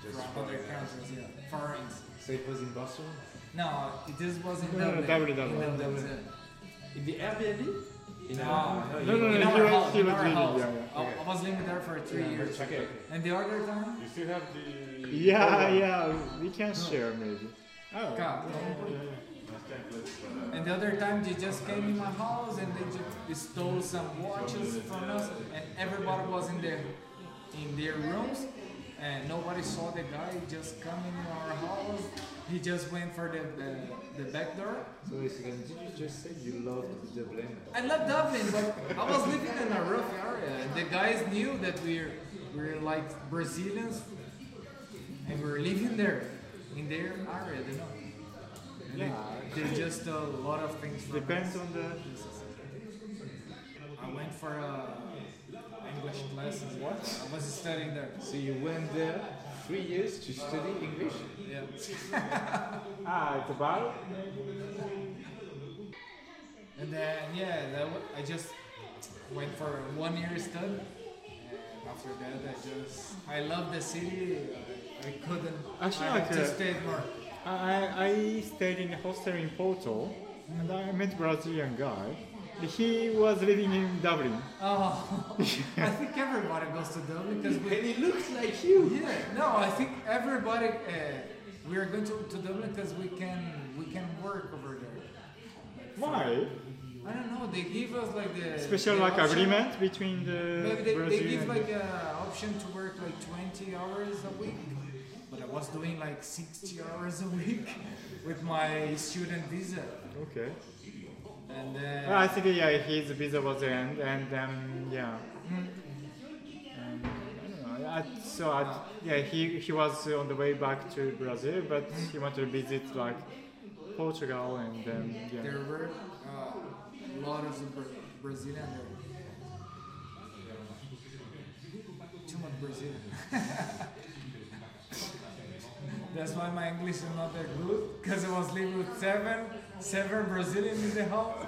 S9: Just
S3: from other
S9: foreigners.
S3: countries, yeah, foreigners.
S9: So it was in Barcelona?
S3: No, it just wasn't
S2: No, E. no,
S3: Dublin.
S2: Dublin,
S3: In
S2: Dublin.
S3: Dublin,
S9: In the Airbnb? In
S3: E. No,
S9: our-
S2: No, no,
S3: in
S2: no,
S3: our
S2: he was-
S3: house,
S2: he
S3: in
S2: was
S3: our
S2: living,
S3: house.
S2: yeah, yeah.
S3: I, I was living there for three years.
S9: Okay.
S3: And the other time?
S8: You still have the.
S2: Yeah yeah. We can share maybe. Oh.
S3: God. And the other time they just came in my house and they just they stole some watches from us and everybody was in their in their rooms and nobody saw the guy just coming in our house. He just went for the, the, the back door
S9: So wait a second, did you just say you loved Dublin?
S3: I love Dublin, but I was living in a rough area. and The guys knew that we're we're like Brazilians, and we're living there in their area. You know, And they, they just a lot of things. from
S2: Depends
S3: us.
S2: on the.
S3: I went for a English classes. What? I was studying there.
S9: So you went there three years to study English?
S3: Yeah.
S2: Ah, it's about.
S3: And then yeah, that w- I just went for one year study. And after that, I just I love the city. I, I couldn't.
S2: Actually,
S3: I had
S2: like,
S3: to
S2: uh,
S3: stay more.
S2: I, I stayed in a hostel in Porto, and I met Brazilian guy, He was living in Dublin.
S3: Oh, [LAUGHS] I think everybody goes to Dublin because we.
S9: And he looks like you.
S3: Yeah, no, I think everybody. Uh, we are going to, to Dublin because we can we can work over there.
S2: Why?
S3: I don't know. They give us like the
S2: Special
S3: the
S2: like
S3: option-
S2: agreement between the
S3: Maybe they, they
S2: Brazil
S3: give
S2: and-
S3: like a option to work like 20 hours a week, but I was doing like 60 hours a week with my student visa,
S2: Okay. Ah,
S3: and then
S2: I think yeah, his visa was end, and um, yeah. Um, I don't know. I- so I, yeah, he he was on the way back to Brazil, but he wanted to visit like Portugal and um, yeah.
S3: there were uh, a lot of Bra- Brazilian there. Too much Brazilian. [LAUGHS] That's why my English is not that good, because I was living with seven, seven Brazilians in the house.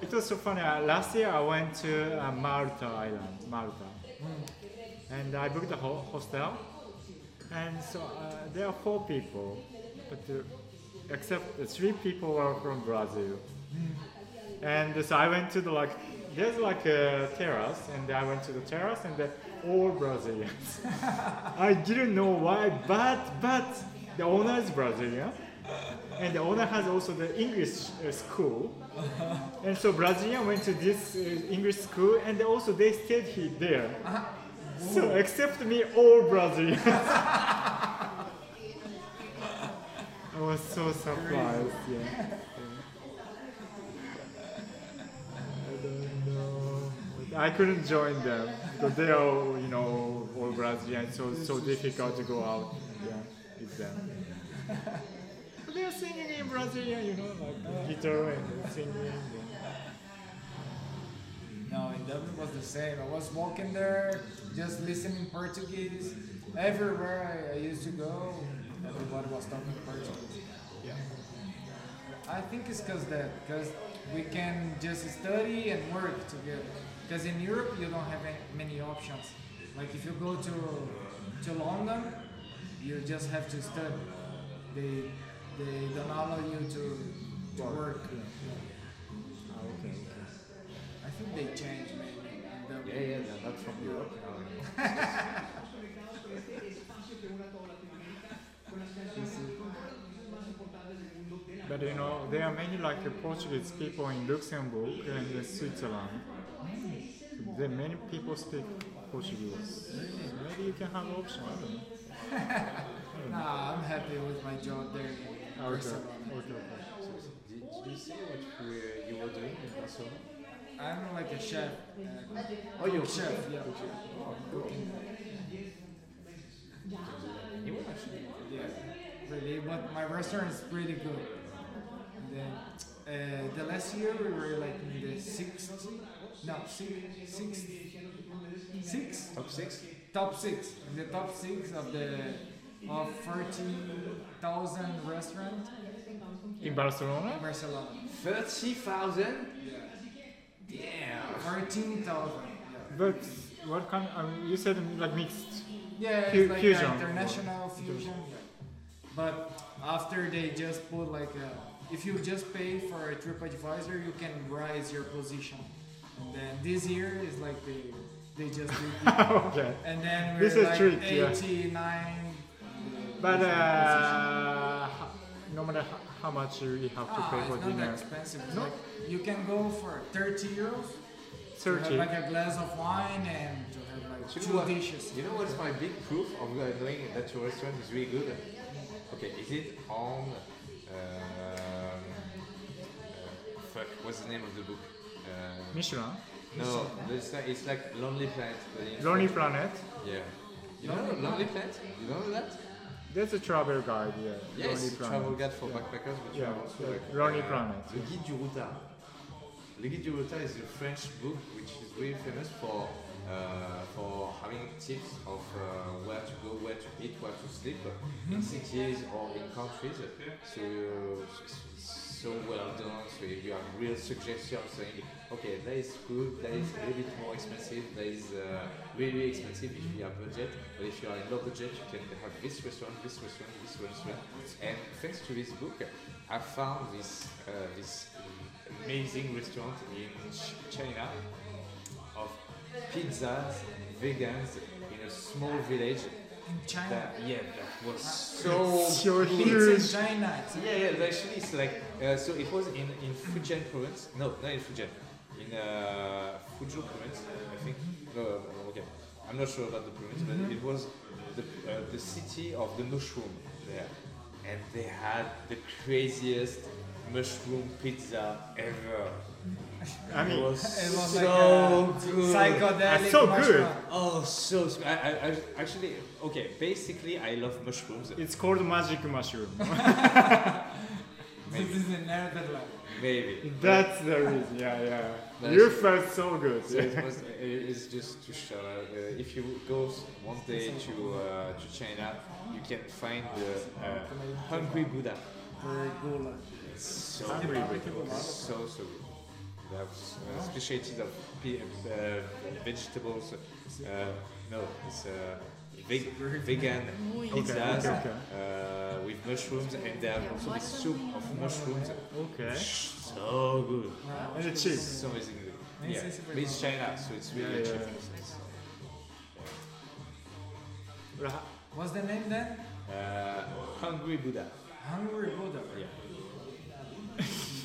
S2: It was so funny. Uh, last year I went to uh, Malta Island, Malta, and I booked a ho- hostel, and so uh, there are four people, but uh, except the three people are from Brazil, and so I went to the like there's like a terrace, and I went to the terrace, and they're all Brazilians. [LAUGHS] I didn't know why, but but the owner is Brazilian, and the owner has also the English uh, school. And so Brazilian went to this uh, English school, and also they stayed here there. So except me, all Brazilians. [LAUGHS] I was so surprised. Yeah. I don't know. I couldn't join them because they are, all, you know, all Brazilians, so so difficult to go out. Yeah, with them. they are singing in Brazilian, you know, like guitar and singing. yeah.
S3: No, in Dublin was the same. I was walking there, just listening Portuguese. Everywhere I, I used to go, everybody was talking Portuguese.
S2: Yeah.
S3: I think it's because that, because we can just study and work together. Because in Europe you don't have any, many options. Like if you go to to London, you just have to study. They they don't allow you to to work.
S2: Okay.
S3: I think they changed maybe. in Dublin.
S4: Yeah, yeah, they're not from Europe. Um,
S2: But you know, there are many like uh, Portuguese people in Luxembourg and uh, Switzerland. There are many people speak Portuguese. Maybe you can have option. I don't know.
S3: Nah, I'm happy with my job there. in
S2: Okay.
S3: Barcelona.
S2: Okay. okay.
S4: did, did you see what we- you were doing in Barcelona?
S3: I'm like a chef. Uh,
S4: Oh, you're
S3: cook chef, yeah.
S4: Oh, cool. You were actually.
S3: Yeah, really. But my restaurant is pretty good. And then, uh, the last year we were like in the sixth, no, six, six, six,
S4: Top six?
S3: top six, in the top six of the of forty thousand restaurant
S2: In Barcelona?
S3: in Barcelona.
S4: 30,000?
S3: Yeah,
S4: Damn.
S3: fourteen thousand. Yeah.
S2: But what kind? I mean, you said like mixed. [LAUGHS]
S3: Yeah, it's
S2: Fu-
S3: like
S2: fusion.
S3: an international fusion. But after they just put like a, if you just pay for a TripAdvisor, you can rise your position. And then this year is like they they just
S2: [LAUGHS]
S3: did the-
S2: okay.
S3: and then we're
S2: This is
S3: like
S2: trick, yeah.
S3: 89.
S2: But
S3: position.
S2: uh, no matter ho- how much you have to pay
S3: ah,
S2: for
S3: it's not that
S2: dinner,
S3: expensive. It's
S2: No?
S3: Like you can go for 30 euros to have
S2: thirty.
S3: like a glass of wine and to have like
S4: You
S3: two
S4: know what-
S3: dishes.
S4: You know what's my big proof of uh, knowing that your restaurant is really good? Okay, is it on. Um, uh, fuck, what's the name of the book? Uh,
S2: Michelin,
S4: no, it's, not, it's like Lonely Planet. But in
S2: Lonely Planet.
S4: Yeah. You know Lonely Planet? You know that?
S2: There's a travel guide. Yeah.
S4: Yes,
S2: Lonely Planet.
S4: travel guide for backpackers, but you
S2: Yeah,
S4: have also
S2: yeah,
S4: like,
S2: Lonely
S4: uh,
S2: Planet,
S4: The Guide du Routard. Le Guide du Routard is a French book which is really famous for uh, for having tips of uh, where to go, where to eat, where to sleep in cities or in countries. So, uh, s- s- so well done. So if you have real suggestions saying, okay, that is good, that is a little bit more expensive, that is uh, really expensive if you have budget, but if you are in low budget, you can have this restaurant, this restaurant, this restaurant. And thanks to this book, I found this uh, this amazing restaurant in Ch- China of pizzas, vegans in a small village.
S3: In China.
S4: That, yeah, that was so good.
S3: It's in China. It's
S4: Yeah, yeah, actually, it's like uh, so. It was in in Fujian province. No, not in Fujian. In uh, Fuzhou province, I think. No, no, no, okay. I'm not sure about the province, but it was the uh, the city of the mushroom there, and they had the craziest mushroom pizza ever.
S2: I
S4: It
S2: mean,
S4: was
S3: [LAUGHS] It was like
S4: so
S3: a
S4: good.
S3: Psychedelic.
S2: That's so
S3: mushroom.
S2: good.
S4: Oh, so sp- I, I, I actually okay. Basically, I love mushrooms.
S2: it's called magic
S3: [LAUGHS]
S2: mushroom.
S3: This is in Netherlands.
S4: Maybe
S2: That's the reason. Yeah, yeah.
S4: But
S2: you
S4: it's-
S2: felt so good.
S4: So
S3: [LAUGHS]
S4: it was, it's just to shout out. Uh, if you go s- one day to uh, to China, you can find the uh, Hungry Buddha.
S3: Very cool.
S4: It's so good. So so good. They have s- uh, specialties of pe- uh, vegetables. Uh, no, it's uh, veg- vegan
S2: Okay,
S4: pizzas
S2: okay, okay.
S4: uh, with mushrooms, and they have also the soup of
S3: Eh?
S4: mushrooms.
S2: Okay.
S4: So good.
S2: And it's
S4: So
S2: cheap.
S4: amazingly.
S3: Nice,
S4: Yeah.
S3: nice,
S4: But it's China, so it's really
S2: Yeah, yeah.
S4: cheap.
S2: Ra-
S3: What's the name then?
S4: Uh, Hungry Buddha.
S3: Hungry Buddha.
S4: Yeah.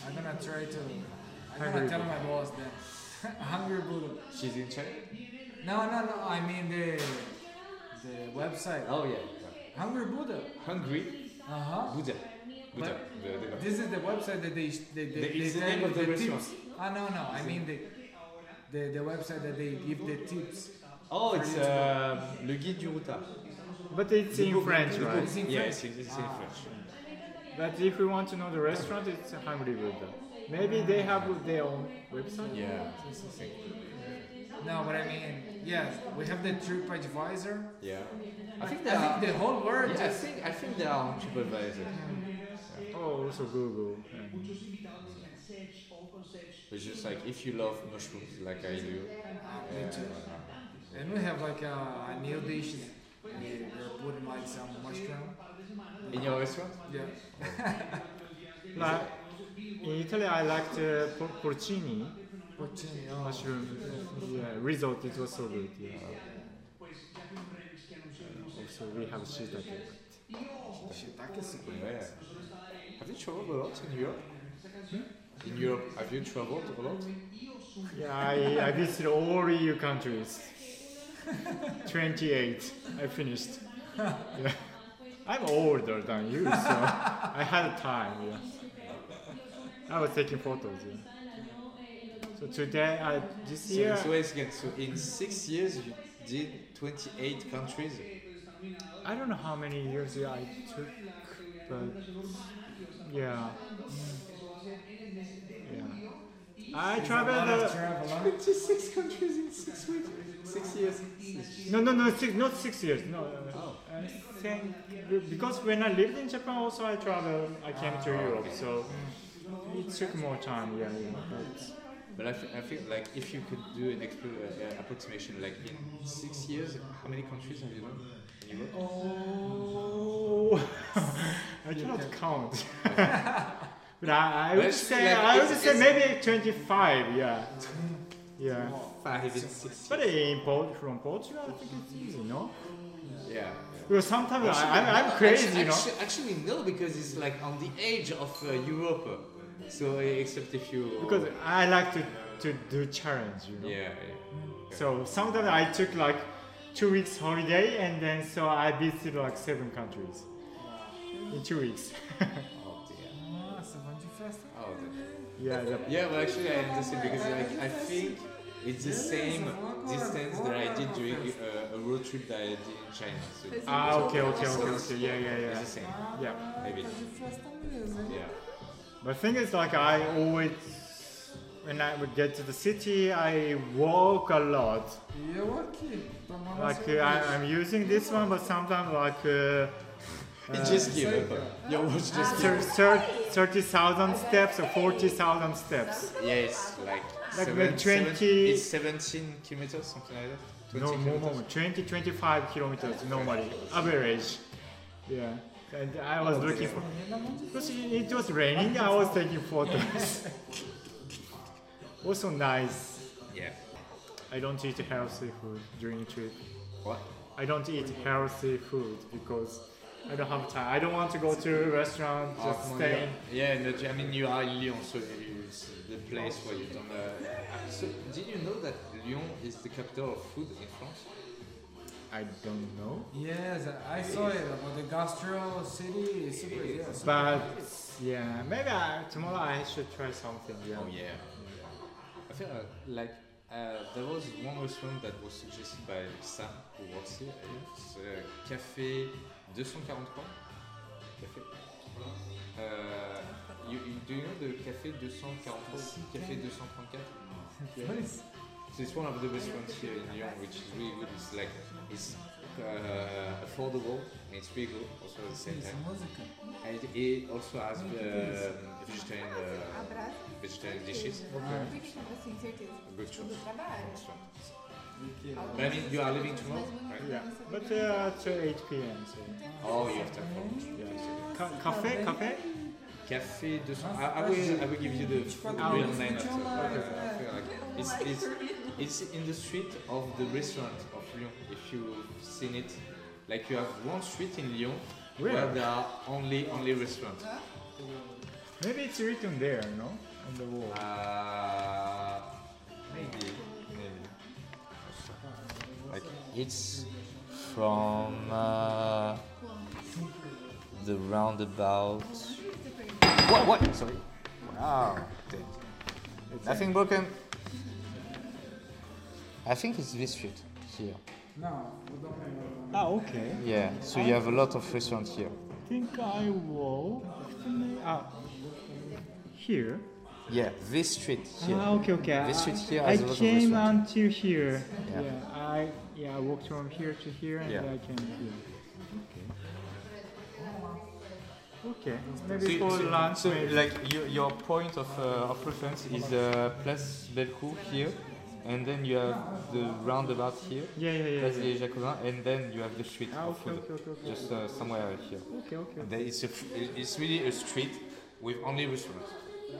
S3: I'm gonna try to. I'm
S2: Hungry
S3: gonna tell my boss then. [LAUGHS] Hungry Buddha.
S4: She's in China?
S3: No, no, no. I mean the the website.
S4: Oh, yeah.
S3: Hungry Buddha.
S4: Hungry
S3: Uh huh.
S4: Buddha. Buddha. The, the guy.
S3: This is the website that they they they,
S4: The-
S3: they
S4: it's the
S3: tell
S4: name
S3: you
S4: of the restaurant.
S3: tips. Ah no no. I mean the the the website that they give the tips.
S4: Oh, it's uh, Le Guide du Routard.
S2: But it's in French,
S3: book.
S2: right?
S3: It's in
S4: yeah,
S3: French?
S4: it's, in- it's in
S3: Ah.
S4: French.
S2: But if we want to know the restaurant, it's Hungry Buddha. Maybe they have their own website.
S4: Yeah.
S3: No, but I mean yes. We have the TripAdvisor.
S4: Yeah. I think they
S3: I
S4: are.
S3: think the whole world Ah,
S4: Yeah, I
S3: just
S4: think I think they are on TripAdvisor.
S2: Oh, also Google. And
S4: It's just like if you love mushrooms like I do.
S3: Me
S4: uh,
S3: too. And we have like a, a new dish. We are putting like some mushroom.
S4: In your restaurant?
S3: Yeah.
S2: like in Italy, I liked uh, por- porcini
S3: Porcini. Oh.
S2: mushroom yeah, risotto. It was so good. Yeah. Also, we have shiitake.
S3: Shiitake soup.
S4: Yeah. Have you traveled a lot in Europe? In Europe, have you traveled a lot?
S2: Yeah, I, I visited all EU countries. 28. I finished. Yeah. I'm older than you, so I had time. Yeah. I was taking photos. Yeah. So today, I, this
S4: So,
S2: year,
S4: so wait a second. So in six years, you did 28 countries.
S2: I don't know how many years yeah, I took, but yeah. Mm. Yeah. I traveled.
S3: lot of
S2: Uh,
S3: travel, huh?
S4: 26 countries in six weeks. Six years.
S2: No, no, no, six, not six years. No, no, no. I think because when I lived in Japan, also I traveled. I came to Europe, so it took more time. Yeah, yeah. But
S4: But I, f- I feel like if you could do an exp- uh, uh, approximation, like in six years, how many countries have you done in Europe?
S2: oh, I cannot count. but I, I
S4: But
S2: would
S4: it's
S2: say,
S4: like-
S2: I would
S4: it's-
S2: say
S4: it's-
S2: maybe twenty-five. Yeah, yeah.
S4: Five in six.
S2: Oh, But in Port- from Portugal, I think it's easy, no?
S4: Yeah.
S2: Because sometimes I, I'm, I'm crazy, you know.
S4: Actually, actually, no, because it's like on the edge of uh, Europe. So uh, except if you.
S2: Because I like to, to do challenge, you know.
S4: yeah, yeah.
S2: So sometimes I took like two weeks holiday and then so I visited like seven countries in two weeks.
S4: Oh dear.
S3: Ah, so when you fast,
S4: Oh dear.
S2: yeah, the,
S4: Yeah, but actually, I am the same because like, I think it's the same distance that I did during uh, a road trip that I did in China. So it's
S2: ah okay, okay, okay, okay, yeah, yeah,
S4: it's
S2: yeah,
S4: the same,
S2: yeah.
S4: maybe. Yeah.
S2: But thing is like I always when I would get to the city, I walk a lot.
S3: you're lucky. Tomorrow
S2: Like uh,
S3: is-
S2: I, I'm using this one, but sometimes like uh, Ah,
S4: just give up. Your watch just give
S2: Thir- thir- 30,000 steps or 40,000 steps.
S4: Yes, like,
S2: Like
S4: seven,
S2: the
S4: seven-
S2: 20
S4: it's 17 kilometers, something like that. 20
S2: No, more,
S4: kilometers.
S2: more, 20, 25 kilometers normally, average. Yeah. And I was looking for. Because it was raining, I was taking photos. [LAUGHS] also nice.
S4: Yeah.
S2: I don't eat healthy food during trip.
S4: What?
S2: I don't eat healthy food because I don't have time. I don't want to go to a restaurant, just
S4: Oh,
S2: stay.
S4: Yeah, no, I mean you are in Lyon, so it's the place where you don't. Uh, so did you know that Lyon is the capital of food in France?
S2: I don't know.
S3: Yes, I saw it about the gastro city. is Super, yeah, super
S2: But yeah, maybe I, tomorrow I should try something. Yeah.
S4: Oh yeah. I feel uh, like uh, there was one restaurant that was suggested by Sam who works here. and It's uh, Café 243. Café. Uh, you, you, do you know the Café 243? Café 234? Yeah. So it's one of the restaurants here in Lyon, which is really good. It's like it's uh, affordable and it's really good also at the same time. And it, it also has uh, vegetarian uh,
S10: Abraço.
S4: vegetarian dishes.
S10: Fica com você, com certeza.
S4: Good choice.
S10: Do trabalho.
S4: But I mean, you are leaving tomorrow, right?
S2: Yeah. But uh, to 8 p.m. So.
S4: Oh, you have to
S3: é
S4: have
S2: Yeah. Ca- cafe, cafe.
S4: Café ah, 200. I, I, will, I will give you the real name after. I feel like
S10: euh,
S4: It's, it's, it's in the street of the restaurant of Lyon, if you've seen it. Like you have one street in Lyon where
S2: Where?
S4: there are only only restaurants.
S2: Maybe it's written there, no? On the wall.
S4: Uh, maybe, maybe. Like it's from uh, the roundabout. What? What? Sorry. Wow. Dude. Nothing broken. I think it's this street here.
S2: Ah, okay.
S4: Yeah. So you have a lot of restaurants here.
S2: I think I walked. Ah, here.
S4: Yeah. This street here.
S2: Ah, okay, okay.
S4: This street here
S2: I,
S4: has a lot
S2: I
S4: of
S2: came
S4: restaurant.
S2: until here.
S4: Yeah.
S2: I yeah, I walked from here to here, and
S4: Yeah.
S2: I came here. Okay.
S4: So
S2: Maybe
S4: you-
S2: for
S4: so-
S2: lunch.
S4: so,
S2: maybe.
S4: like your, your point of, uh, of reference is uh, Place Bellecour here, and then you have the roundabout here,
S2: yeah, yeah, yeah.
S4: Place
S2: yeah.
S4: des Jacobins, and then you have the street
S2: Ah,
S4: of
S2: okay,
S4: food,
S2: okay, okay, okay.
S4: just uh, somewhere here.
S2: okay, okay.
S4: There is a f- it- it's really a street with only restaurants,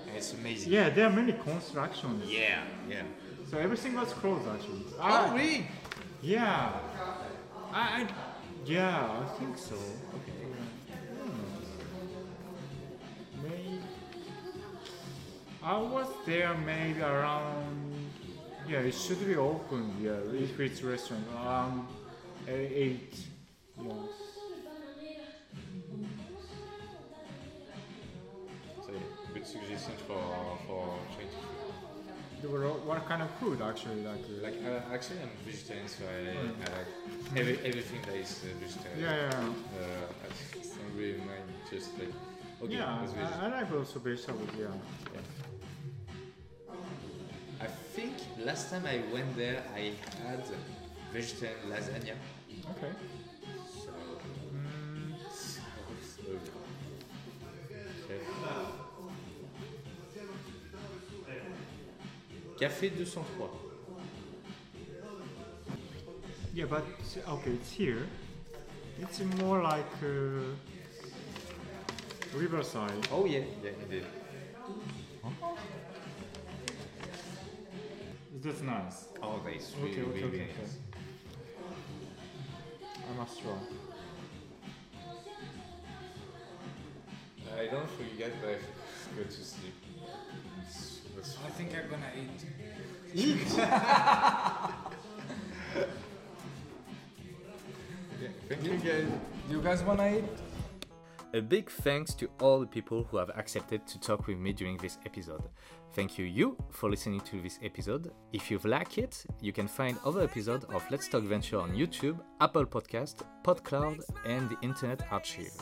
S4: and it's amazing.
S2: Yeah, there are many constructions.
S4: Yeah, yeah.
S2: So everything was closed actually. Ah,
S4: Oh, really?
S2: Yeah. I, I yeah, I think so. Okay. Hmm. May I was there maybe around yeah, it should be open, yeah, if it's restaurant. Um eight. Yes.
S4: So, yeah, good suggestions for for street food.
S2: There were all- what kind of food actually like,
S4: Like uh, actually, I'm vegetarian, so I, I like every, everything that is uh, vegetarian.
S2: Mm. yeah, yeah.
S4: Uh, I s- I'm really mind just like okay.
S2: yeah,
S4: it's vegetarian.
S2: I, I like also vegetables, yeah.
S4: I think last time I went there, I had vegetarian lasagna.
S2: Okay.
S4: So,
S2: Mm,
S4: Okay. Café 203.
S2: Yeah, but okay, it's here. It's more like uh, riverside.
S4: Oh yeah, yeah, it did.
S2: That's nice.
S4: Oh, that's really,
S2: Okay, okay,
S4: really
S2: okay.
S4: nice.
S2: okay. I must try.
S4: I don't forget, but [LAUGHS] I go to sleep. That's
S3: I think I'm gonna eat.
S4: Thank you guys.
S3: Do you guys wanna eat?
S12: A big thanks to all the people who have accepted to talk with me during this episode. Thank you, you, for listening to this episode. If you've liked it, you can find other episodes of Let's Talk Venture on YouTube, Apple Podcast, PodCloud, and the Internet Archive.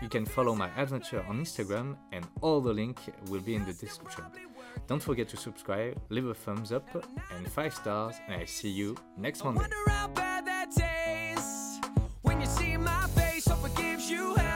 S12: You can follow my adventure on Instagram, and all the link will be in the description. Don't forget to subscribe, leave a thumbs up, and five stars, and I see you next Monday.
S13: wonder how bad that tastes when you see my face. Hope it gives you hell.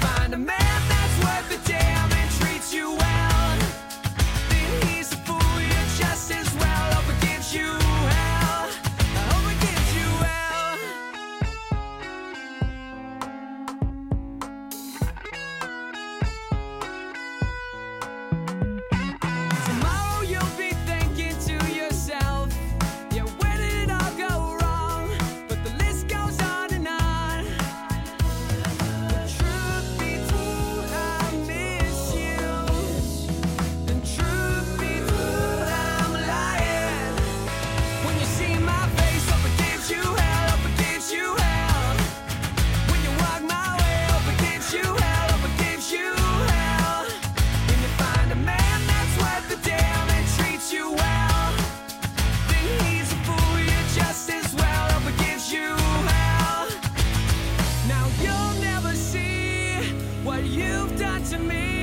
S13: find a man that's worth the damn and treats you well, then he's a fool. You're just as well up against you hell. Up against you hell. Tomorrow you'll be thinking to yourself, yeah, where did it all go wrong? But the list goes on and on. The truth be told, I miss you. And truth be told, I'm lying. When you see my face up against you, hell, up against you, hell. When you walk my way, up against you, hell, up against you, hell. When you find a man that's worth the damn and treats you well, then he's a fool. You're just as well up against you, hell. Now you'll never see what you've done to me.